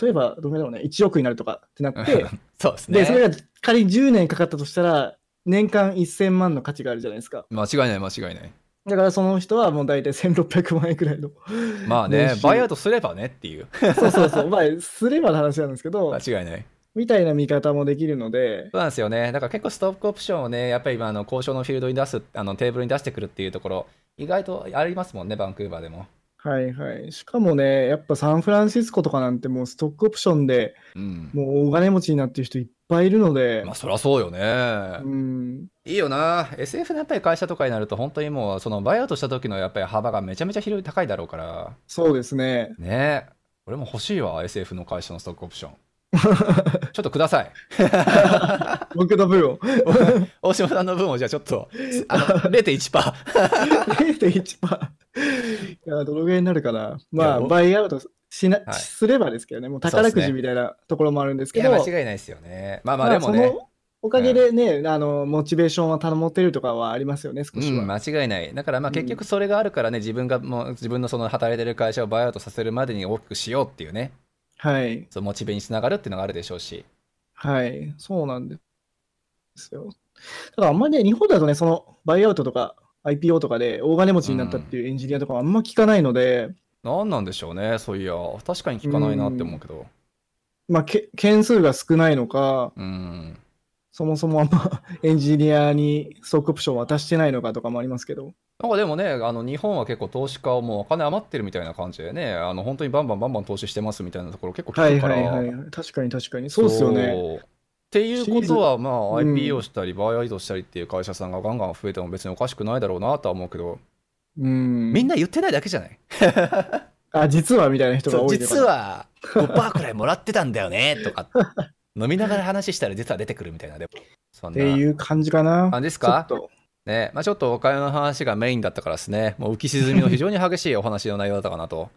Speaker 1: 例えば、どんぐらいだろうね、1億になるとかってなって、
Speaker 2: そうです
Speaker 1: で、そ
Speaker 2: ね。
Speaker 1: れが仮に10年かかったとしたら、年間1000万の価値があるじゃないですか。
Speaker 2: 間違いない間違いない。
Speaker 1: だからその人はもう大体1600万円くらいの。
Speaker 2: まあね
Speaker 1: 年、収
Speaker 2: バイアウトすればねっていう。
Speaker 1: そうそうそう。まあ、すればの話なんですけど、
Speaker 2: 間違いない。
Speaker 1: みたいな見方もできるので、
Speaker 2: そうなんですよね。だから結構ストックオプションをね、やっぱり今あの交渉のフィールドに出す、あのテーブルに出してくるっていうところ、意外とありますもんね、バンクーバーでも。
Speaker 1: はいはい。しかもね、やっぱサンフランシスコとかなんてもうストックオプションで
Speaker 2: うん。
Speaker 1: もう大金持ちになってる人いっぱいいるので
Speaker 2: まあ、そりゃそうよね
Speaker 1: う。ん、
Speaker 2: いいよな。SF のやっぱり会社とかになると、本当にもう、そのバイアウトした時のやっぱり幅がめちゃめちゃ広い、高いだろうから。
Speaker 1: そうですね。
Speaker 2: ねえ。俺も欲しいわ、SF の会社のストックオプション。 ちょっとください。
Speaker 1: 僕の分を
Speaker 2: 大島さんの分をじゃあちょっと、あの、0.1%。
Speaker 1: 0.1%。いや、どのぐらいになるかな。ま
Speaker 2: い
Speaker 1: あ、
Speaker 2: や
Speaker 1: バイアウトしな、
Speaker 2: はい
Speaker 1: すればですけどね、もう宝くじみたいなところもあ るんです
Speaker 2: い
Speaker 1: け
Speaker 2: や、
Speaker 1: ど、
Speaker 2: 間違いないですよね。まあまあ、でも
Speaker 1: まあ
Speaker 2: ね
Speaker 1: そ。のおかげでね、あの、モチベーションは保てるとかはありますよね、
Speaker 2: う
Speaker 1: 少しは。
Speaker 2: ん、間違いない。だからまあ
Speaker 1: うん
Speaker 2: 結局それがあるからね、自分がもう自分のその働いてる会社をバイアウトさせるまでに大きくしようっていうね、
Speaker 1: はい。
Speaker 2: そのモチベにつながるっていうのがあるでしょうし。
Speaker 1: はい。そうなんですよ。ただ、あんまりね、日本だとね、その、バイアウトとか、IPO とかで大金持ちになったっていうエンジニアとかはあんま聞かないので、
Speaker 2: なんなんでしょうね、そういや。確かに聞かないなって思うけど。
Speaker 1: まあ、け件数が少ないのか、
Speaker 2: うん。
Speaker 1: そもそもあんま エンジニアにストックオプション渡してないのかとかもありますけど。
Speaker 2: なんかでもね、あの日本は結構投資家をもうお金余ってるみたいな感じでね、あの本当にバンバンバンバン投資してますみたいなところ結構
Speaker 1: は
Speaker 2: 聞
Speaker 1: い
Speaker 2: くか
Speaker 1: は
Speaker 2: ら。
Speaker 1: いはいはい。確かに確かに。そうですよね。
Speaker 2: そう。っていうことは、まあ、
Speaker 1: うん
Speaker 2: IPO したり、バイアウトしたりっていう会社さんがガンガン増えても別におかしくないだろうなとは思うけど、
Speaker 1: うん。
Speaker 2: みんな言ってないだけじゃない
Speaker 1: あ、実はみたいな人が
Speaker 2: そう
Speaker 1: 多い
Speaker 2: 実は5%くらいもらってたんだよねとか飲みながら話したら実は出てくるみたいなでもそん
Speaker 1: っ
Speaker 2: な
Speaker 1: ていう感じかな。
Speaker 2: 感じですか
Speaker 1: ちょっと
Speaker 2: ねまあ、ちょっとお金の話がメインだったからですねもう浮き沈みの非常に激しいお話の内容だったかな と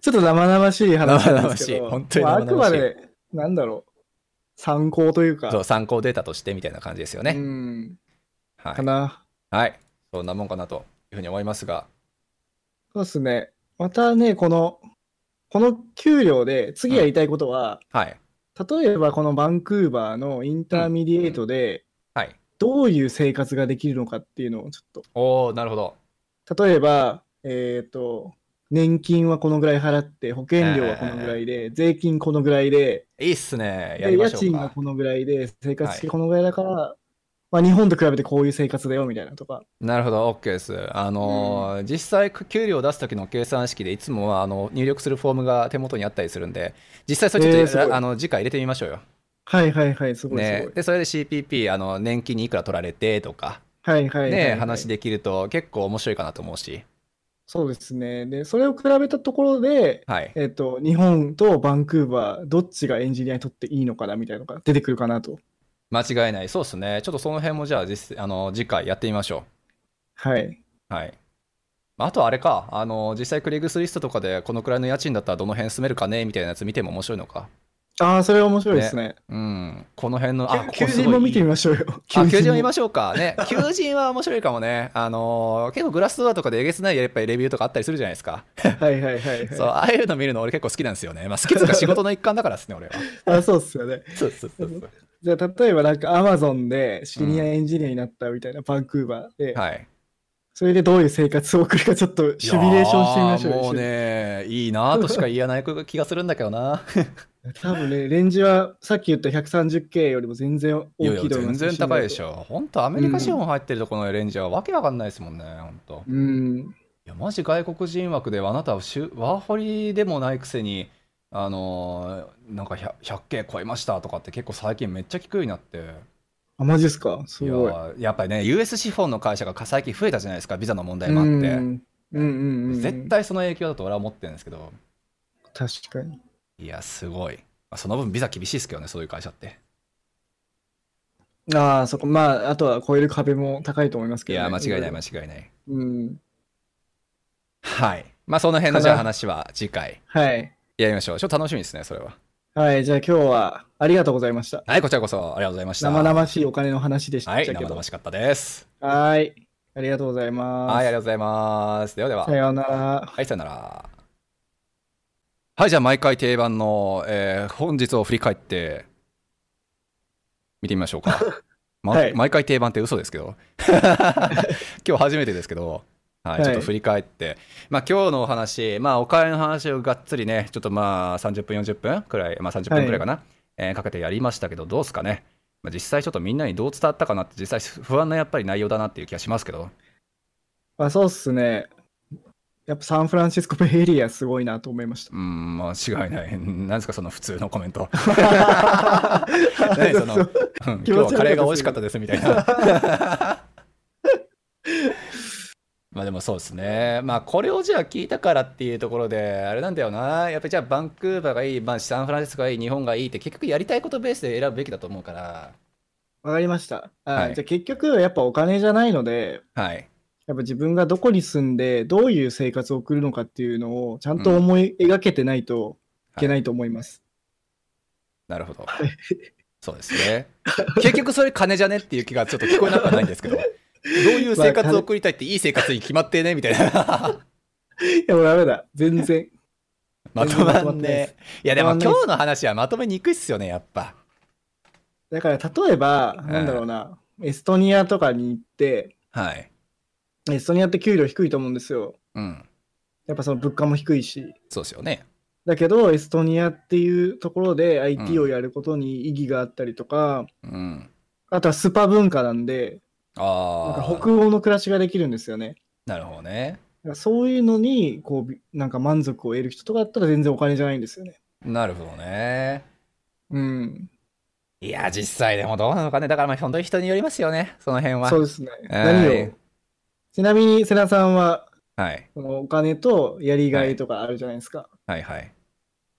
Speaker 1: ちょっと生々しい話なんですけど、
Speaker 2: 生々しい本当に
Speaker 1: まああ
Speaker 2: 生
Speaker 1: く
Speaker 2: 々
Speaker 1: ま
Speaker 2: しい
Speaker 1: で、なんだろう、参考というか、
Speaker 2: そう参考データとしてみたいな感じですよ
Speaker 1: う
Speaker 2: ね、
Speaker 1: ん、
Speaker 2: は
Speaker 1: か
Speaker 2: い、
Speaker 1: な。
Speaker 2: はい、そんなもんかなというふうに思いますが
Speaker 1: そうですね。またね、この、この給料で、次やりたいことは、
Speaker 2: はい
Speaker 1: 例えばこのバンクーバーのインターミディエイトで、
Speaker 2: はい
Speaker 1: どういう生活ができるのかっていうのをちょっ
Speaker 2: おおなるほど。
Speaker 1: と、例えば、えっ、と、年金はこのぐらい払って、保険料はこのぐらいで、税金このぐらいで、
Speaker 2: いいっすね。や
Speaker 1: で
Speaker 2: りま
Speaker 1: 家
Speaker 2: しょうか。
Speaker 1: 賃がこのぐらいで、生活
Speaker 2: は
Speaker 1: 費このぐらいだから、まあ、日本と比べてこういう生活だよみたいなとか。
Speaker 2: なるほど、OK です。あのー実際、給料を出す時の計算式でいつもはあの入力するフォームが手元にあったりするんで、実際それちょっと、
Speaker 1: えーすごい
Speaker 2: あの次回入れてみましょうよ。
Speaker 1: はいはいはい、すごいす
Speaker 2: ね
Speaker 1: ごい。、
Speaker 2: でそれで CPP あの、年金にいくら取られてとか、
Speaker 1: はいはいはい、はい
Speaker 2: ね、話できると結構面白いかなと思うし、
Speaker 1: そうですね。で、それを比べたところで、
Speaker 2: はい、
Speaker 1: えっ、と、日本とバンクーバー、どっちがエンジニアにとっていいのかなみたいなのが出てくるかなと。
Speaker 2: 間違いない、そうですね、ちょっとその辺もじゃあ実あの、次回やってみましょ
Speaker 1: はい。
Speaker 2: う。はいまああとあれか、あの実際、クレグスリストとかでこのくらいの家賃だったらどの辺住めるかねみたいなやつ見ても面白いのか。
Speaker 1: ああ、それは面白いですね。
Speaker 2: うん、この辺の、あ、こ
Speaker 1: 求
Speaker 2: こす
Speaker 1: 人
Speaker 2: ご
Speaker 1: も見
Speaker 2: いいい
Speaker 1: てみましょうよ。
Speaker 2: あ求人を見
Speaker 1: も
Speaker 2: ましょう かね。求人は面白いかもね。あのー結構グラスドアとかでえげつないやっぱりレビューとかあったりするじゃないですか。
Speaker 1: はいはいはい、
Speaker 2: そう、
Speaker 1: は
Speaker 2: ああいうの見るの俺結構好きなんですよね。まあ、好きとか仕事の一環だからですね、俺は。
Speaker 1: い。あ そうっすよね。
Speaker 2: そうそうそう
Speaker 1: じゃあ、例えばなんか Amazon でシニアエンジニアになったみたいな、バンクーバーで、
Speaker 2: はい。
Speaker 1: それでどういう生活を送るかちょっとシミュレーションしてみましょう
Speaker 2: いや
Speaker 1: よ
Speaker 2: ーもうね、いいなとしか言えない気がするんだけどな。
Speaker 1: 一緒に多分ね、レンジはさっき言った 130K よりも全然
Speaker 2: いや
Speaker 1: 大
Speaker 2: いや
Speaker 1: きいと思いま
Speaker 2: 全
Speaker 1: す
Speaker 2: 然高いでし
Speaker 1: ょ。
Speaker 2: ょ。本当アメリカ資本入ってるとこのレンジはわけわかんないですもんね、本当。
Speaker 1: うん。
Speaker 2: いや、マジ外国人枠であなたはしゅワーホリでもないくせに、あのーなんか 100, 100K 超えましたとかって結構最近めっちゃ聞くようになって、
Speaker 1: あ、マジですかす
Speaker 2: いや
Speaker 1: ごい。
Speaker 2: ーやっぱりね、US 資本の会社が最近増えたじゃないですか、ビザの問題もあって。
Speaker 1: んうんうんうん、
Speaker 2: 絶対その影響だと俺は思ってるんですけど、
Speaker 1: 確かに
Speaker 2: いや、すごい。まあその分ビザ厳しいですけどね、そういう会社って。
Speaker 1: ああそこまああとは超える壁も高いと思います
Speaker 2: い
Speaker 1: けど、ね、
Speaker 2: や、間違いない、
Speaker 1: ろ
Speaker 2: 間違いない。
Speaker 1: ろうん
Speaker 2: はい。まあ、その辺のじゃあ
Speaker 1: かな
Speaker 2: 話は次回
Speaker 1: はい
Speaker 2: やりましょう。ちょっと楽しみですね、それは。
Speaker 1: はいじゃあ今日はありがとうございました
Speaker 2: はい、こちらこそありがとうございました。
Speaker 1: 生々しいお金の話でした
Speaker 2: はい、
Speaker 1: け
Speaker 2: 生
Speaker 1: ど
Speaker 2: 々しかったです。
Speaker 1: はいありがとうございます
Speaker 2: はい、ありがとうございます。ではでは。
Speaker 1: さようなら
Speaker 2: はい、さよなら。はい、じゃあ毎回定番の、えー本日を振り返って見てみましょ うか。ま
Speaker 1: はい
Speaker 2: 毎回定番って嘘です けど今日初めてですけど、は、
Speaker 1: はいい
Speaker 2: ちょっと振り返って、まあ、今日のお話、まあ、お金の話をがっつりねちょっとまあ30分40分くらい、まあ、30分くらいかな、えーかけてやりましたけどどうですかね、まあ、実際ちょっとみんなにどう伝わったかなって実際不安なやっぱり内容だなっていう気がしますけど
Speaker 1: まあそうっすねやっぱサンフランシスコベイエリアすごいなと思いまし
Speaker 2: うーん、まあ違いない。なんですか、その普通のコメン ト。
Speaker 1: た
Speaker 2: 何その、う
Speaker 1: そ
Speaker 2: ん
Speaker 1: う
Speaker 2: 今
Speaker 1: 気
Speaker 2: 日
Speaker 1: 持ち悪い
Speaker 2: はカレーが美味しかったですみたいな。 まあでもそうですね。まあこれをじゃあ聞いたからっていうところで、あれなんだよな。やっぱりじゃあバンクーバーがいい、まあ、サンフランシスコがいい、日本がいいって結局やりたいことベースで選ぶべきだと思うから。
Speaker 1: わかりましたあ、
Speaker 2: はい
Speaker 1: じゃあ結局やっぱお金じゃないので
Speaker 2: はい。
Speaker 1: やっぱ自分がどこに住んでどういう生活を送るのかっていうのをちゃんと思い描けてないといけないと思います。
Speaker 2: なるほど。そうですね。結局それ金じゃねっていう気がちょっと聞こえなくはないんですけど。どういう生活を送りたいっていい生活に決まってねみたいな。
Speaker 1: いやもうダメだ全然。
Speaker 2: まとまんねいやでも
Speaker 1: まとまんない
Speaker 2: 今日の話はまとめにくいっすよねやっぱ
Speaker 1: だから例えば
Speaker 2: うん
Speaker 1: なんだろうなエストニアとかに行って
Speaker 2: はい
Speaker 1: エストニアって給料低いと思うんですよ。
Speaker 2: うん
Speaker 1: やっぱその物価も低いし。
Speaker 2: そうですよね
Speaker 1: だけどエストニアっていうところで
Speaker 2: う
Speaker 1: IT
Speaker 2: ん
Speaker 1: をやることに意義があったりとか、
Speaker 2: うん
Speaker 1: あとはスパ文化なんでなん
Speaker 2: あ
Speaker 1: か
Speaker 2: あ
Speaker 1: 北欧の暮らしができるんですよね。
Speaker 2: なるほどね
Speaker 1: だからそういうのにこうびなんか満足を得る人とかだったら全然お金じゃないんですよね。
Speaker 2: なるほどね
Speaker 1: うん、
Speaker 2: いや実際でもどうなのかねだからまあ本当に人によりますよねその辺は
Speaker 1: そうですね。
Speaker 2: はい
Speaker 1: 何をちなみに、瀬名さんは、
Speaker 2: はい
Speaker 1: このお金とやりがいとかあるじゃないですか。
Speaker 2: はいはい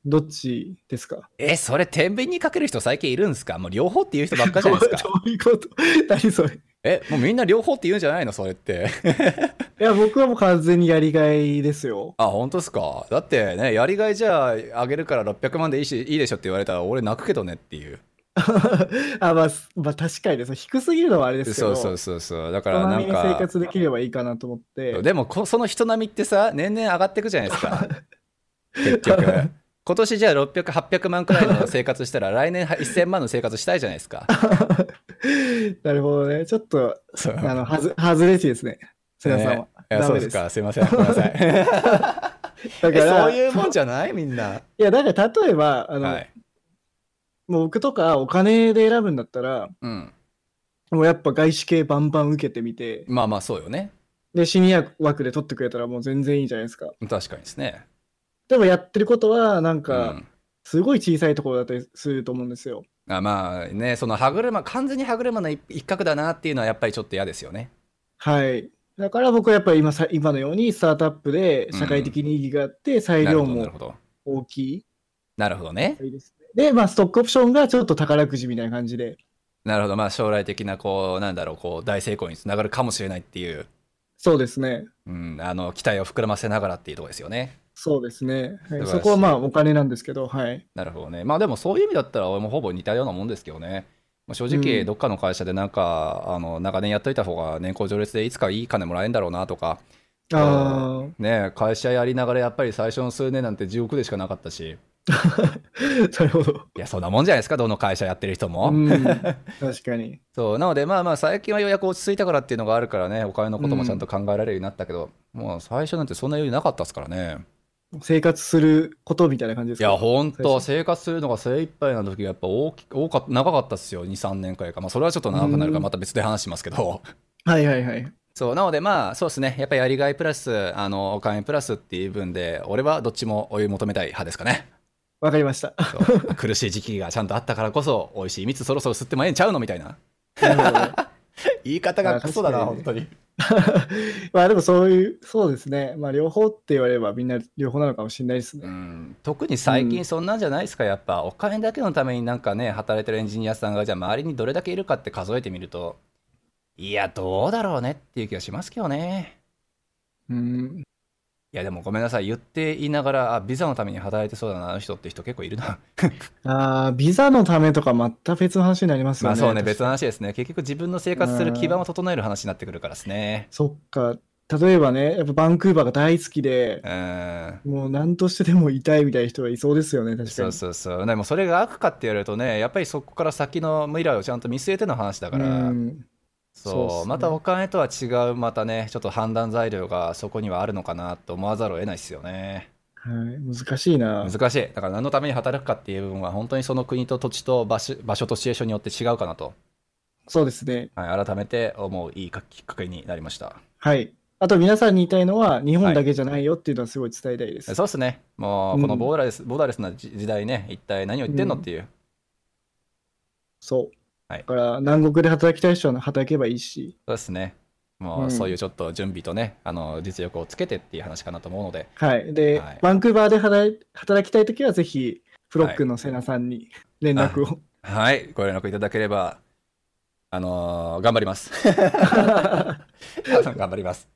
Speaker 1: どっちですか
Speaker 2: えそれ天秤にかける人最近いるんですかもう両方っていう人ばっかじゃないです
Speaker 1: ど
Speaker 2: か
Speaker 1: ういうこと何それい
Speaker 2: えもうみんな両方って言うんじゃないのそれって
Speaker 1: や、僕はもう完全にやりがいですよ。
Speaker 2: あ本当ですかだってねやりがいじゃああげるから600万でいいしいいでしょって言われたら俺泣くけどねっていう
Speaker 1: あ、まあ、すまあ、確かにです。低すぎるのはあれですけ
Speaker 2: そ
Speaker 1: ど、
Speaker 2: うそうそうそうだか
Speaker 1: 人
Speaker 2: らな
Speaker 1: 並
Speaker 2: ん
Speaker 1: みに生
Speaker 2: か
Speaker 1: 活できればいいかなと思って。
Speaker 2: でもこその人並みってさ年々上がっていくじゃないです か結局今年じゃあ600800万くらいの生活したら来年は1000万の生活したいじゃないですか
Speaker 1: なるほどね。ちょっと、
Speaker 2: そう
Speaker 1: あの、はず、外れ値ですね。瀬名さんは。
Speaker 2: いや
Speaker 1: ダ
Speaker 2: そう
Speaker 1: メ
Speaker 2: で
Speaker 1: です
Speaker 2: すかすいませんごめんなさい
Speaker 1: だ
Speaker 2: え
Speaker 1: から、
Speaker 2: そう
Speaker 1: い
Speaker 2: いうもんじゃないみんな
Speaker 1: や、だから例えば、あの、
Speaker 2: はい
Speaker 1: もう僕とかお金で選ぶんだったら、
Speaker 2: うん
Speaker 1: もうやっぱ外資系バンバン受けてみて、
Speaker 2: まあまあそうよね
Speaker 1: で、シニア枠で取ってくれたらもう全然いいじゃないですか。
Speaker 2: 確かにですね
Speaker 1: でもやってることは、なん
Speaker 2: う
Speaker 1: か、
Speaker 2: ん
Speaker 1: すごい小さいところだったりすると思うんですよ。
Speaker 2: あまあねその歯車完全に歯車の一一角だなっていうのはやっぱりちょっと嫌ですよね
Speaker 1: はい。だから僕はやっぱり今さ、今のようにスタートアップで
Speaker 2: うん
Speaker 1: 社会的に意義があって、裁
Speaker 2: なる
Speaker 1: 量
Speaker 2: ほどなる
Speaker 1: も
Speaker 2: ほど
Speaker 1: 大きい。
Speaker 2: なるほどね
Speaker 1: いいですねで、まあ、ストックオプションがちょっと宝くじみたいな感じで。
Speaker 2: なるほどまあ将来的なこうなんだろうこう大成功につながるかもしれないっていう、
Speaker 1: そうですね。
Speaker 2: うん、あの期待を膨らませながらっていうところですよね
Speaker 1: そうですね。はい
Speaker 2: らしい
Speaker 1: そこはまあ、お金なんですけど、はい。
Speaker 2: なるほどね。まあでもそういう意味だったら、俺もほぼ似たようなもんですけどね。まあ正直、
Speaker 1: うん
Speaker 2: どっかの会社でなんか、あの長年やっといた方が年功序列でいつかいい金もらえるんだろうなとか、
Speaker 1: あ
Speaker 2: ね、会社やりながらやっぱり最初の数年なんて地獄でしかなかったし、
Speaker 1: あ、 なるほど。
Speaker 2: いや、そんなもんじゃないですか、どの会社やってる人も。
Speaker 1: うん、確かに。
Speaker 2: そうなので、まあまあ、最近はようやく落ち着いたからっていうのがあるからね、お金のこともちゃんと考えられるようになったけど、もう最初なんてそんな余裕なかったですからね。
Speaker 1: 生活することみたいな感じです
Speaker 2: い
Speaker 1: か
Speaker 2: や、ほんと、生活するのが精一杯な時がやっぱ大き多かった長かったっすよ、2、3年くらいか。まあ、それはちょっと長くなるか
Speaker 1: う
Speaker 2: ら、
Speaker 1: ん
Speaker 2: また別で話しますけど。
Speaker 1: はいはいはい。
Speaker 2: そう、なのでまあ、そうですね。やっぱりやりがいプラス、あの、お金プラスっていう分で、俺はどっちも追い求めたい派ですかね。
Speaker 1: わかりました。
Speaker 2: そう 苦しい時期がちゃんとあったからこそ、美味しい蜜そろそろ吸ってまえんちゃうのみたいな。
Speaker 1: なるほど。
Speaker 2: 言い方がクソだな、
Speaker 1: あ
Speaker 2: 本
Speaker 1: 確
Speaker 2: 当に。
Speaker 1: まあでもそういう、そうですね。まあ両方って言われればみんな両方なのかもしれないです
Speaker 2: う
Speaker 1: ね。
Speaker 2: ん、特に最近そんなんじゃないですか、やっぱ。お金だけのためになんかね、働いてるエンジニアさんが、じゃあ周りにどれだけいるかって数えてみると、いや、どうだろうねっていう気がしますけどね。
Speaker 1: うん。
Speaker 2: いや、でもごめんなさい。言って言いながら、あ、ビザのために働いてそうだな、あの人って人結構いるな。
Speaker 1: ああ、ビザのためとかまた別の話になりますよ
Speaker 2: ま
Speaker 1: ね。
Speaker 2: あそうね、
Speaker 1: 確
Speaker 2: 別
Speaker 1: か
Speaker 2: の話ですね。結局自分の生活する基盤を整える話になってくるからですね。
Speaker 1: そっか。例えばね、やっぱバンクーバーが大好きで
Speaker 2: う、ーん。
Speaker 1: もう何としてでもいたいみたいな人がいそうですよね、確か
Speaker 2: そう
Speaker 1: に。
Speaker 2: そうそう。でもそれが悪かって言われるとね、やっぱりそこから先の未来をちゃんと見据えての話だか
Speaker 1: う
Speaker 2: ら、
Speaker 1: ん。
Speaker 2: そう
Speaker 1: そうっすね
Speaker 2: またお金とは違う、またね、ちょっと判断材料がそこにはあるのかなと思わざるを得ないですよね。
Speaker 1: はい、難しいな。
Speaker 2: 難しい。だから何のために働くかっていう部分は、本当にその国と土地と場所場所とシチュエーションによって違うかなと、
Speaker 1: そうですね。
Speaker 2: はい、改めて思ういいかきっかけになりました。
Speaker 1: はい。あと皆さんに言いたいのは、日本だけじゃないよっていうのはすごい伝えたいです。
Speaker 2: そうですね。もう、
Speaker 1: うん
Speaker 2: このボーダレス、ボーダレスな時時代ね、一体何を言ってんのっていう。
Speaker 1: そう。
Speaker 2: は
Speaker 1: だ
Speaker 2: い
Speaker 1: から、南国で働きたい人は働けばいいし、
Speaker 2: そうですね。も
Speaker 1: う
Speaker 2: う、
Speaker 1: ん
Speaker 2: そういうちょっと準備とね、あの、実力をつけてっていう話かなと思うので、
Speaker 1: はい。で、
Speaker 2: はい
Speaker 1: バンクーバーで働い働きたいときは、ぜひ、フロックのセナさんに連絡を。
Speaker 2: はい、ご連絡いただければ、あのー頑張ります。多分 頑張ります。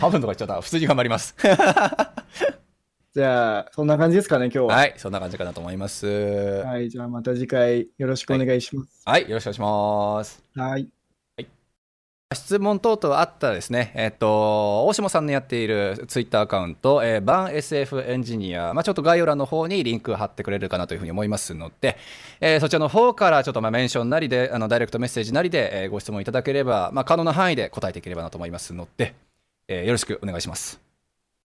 Speaker 2: 多分とか言っちゃった。普通に頑張ります。
Speaker 1: じゃあ、そんな感じですかね、今日は。
Speaker 2: はい、そんな感じかなと思います。は
Speaker 1: はい、じゃあまた次回よろしくお願いします。
Speaker 2: い、よろしくお願いします。
Speaker 1: はい。
Speaker 2: 質問等々あったらですね、えっと、大下さんのやっているツイッターアカウント、えー、バン SF エンジニア、まあ、ちょっと概要欄の方にリンク貼ってくれるかなというふうに思いますので、えーそちらの方からちょっとまあメンションなりで、あのダイレクトメッセージなりで、えーご質問いただければ、まあ、可能な範囲で答えていければなと思いますので、えーよろしくお願いします。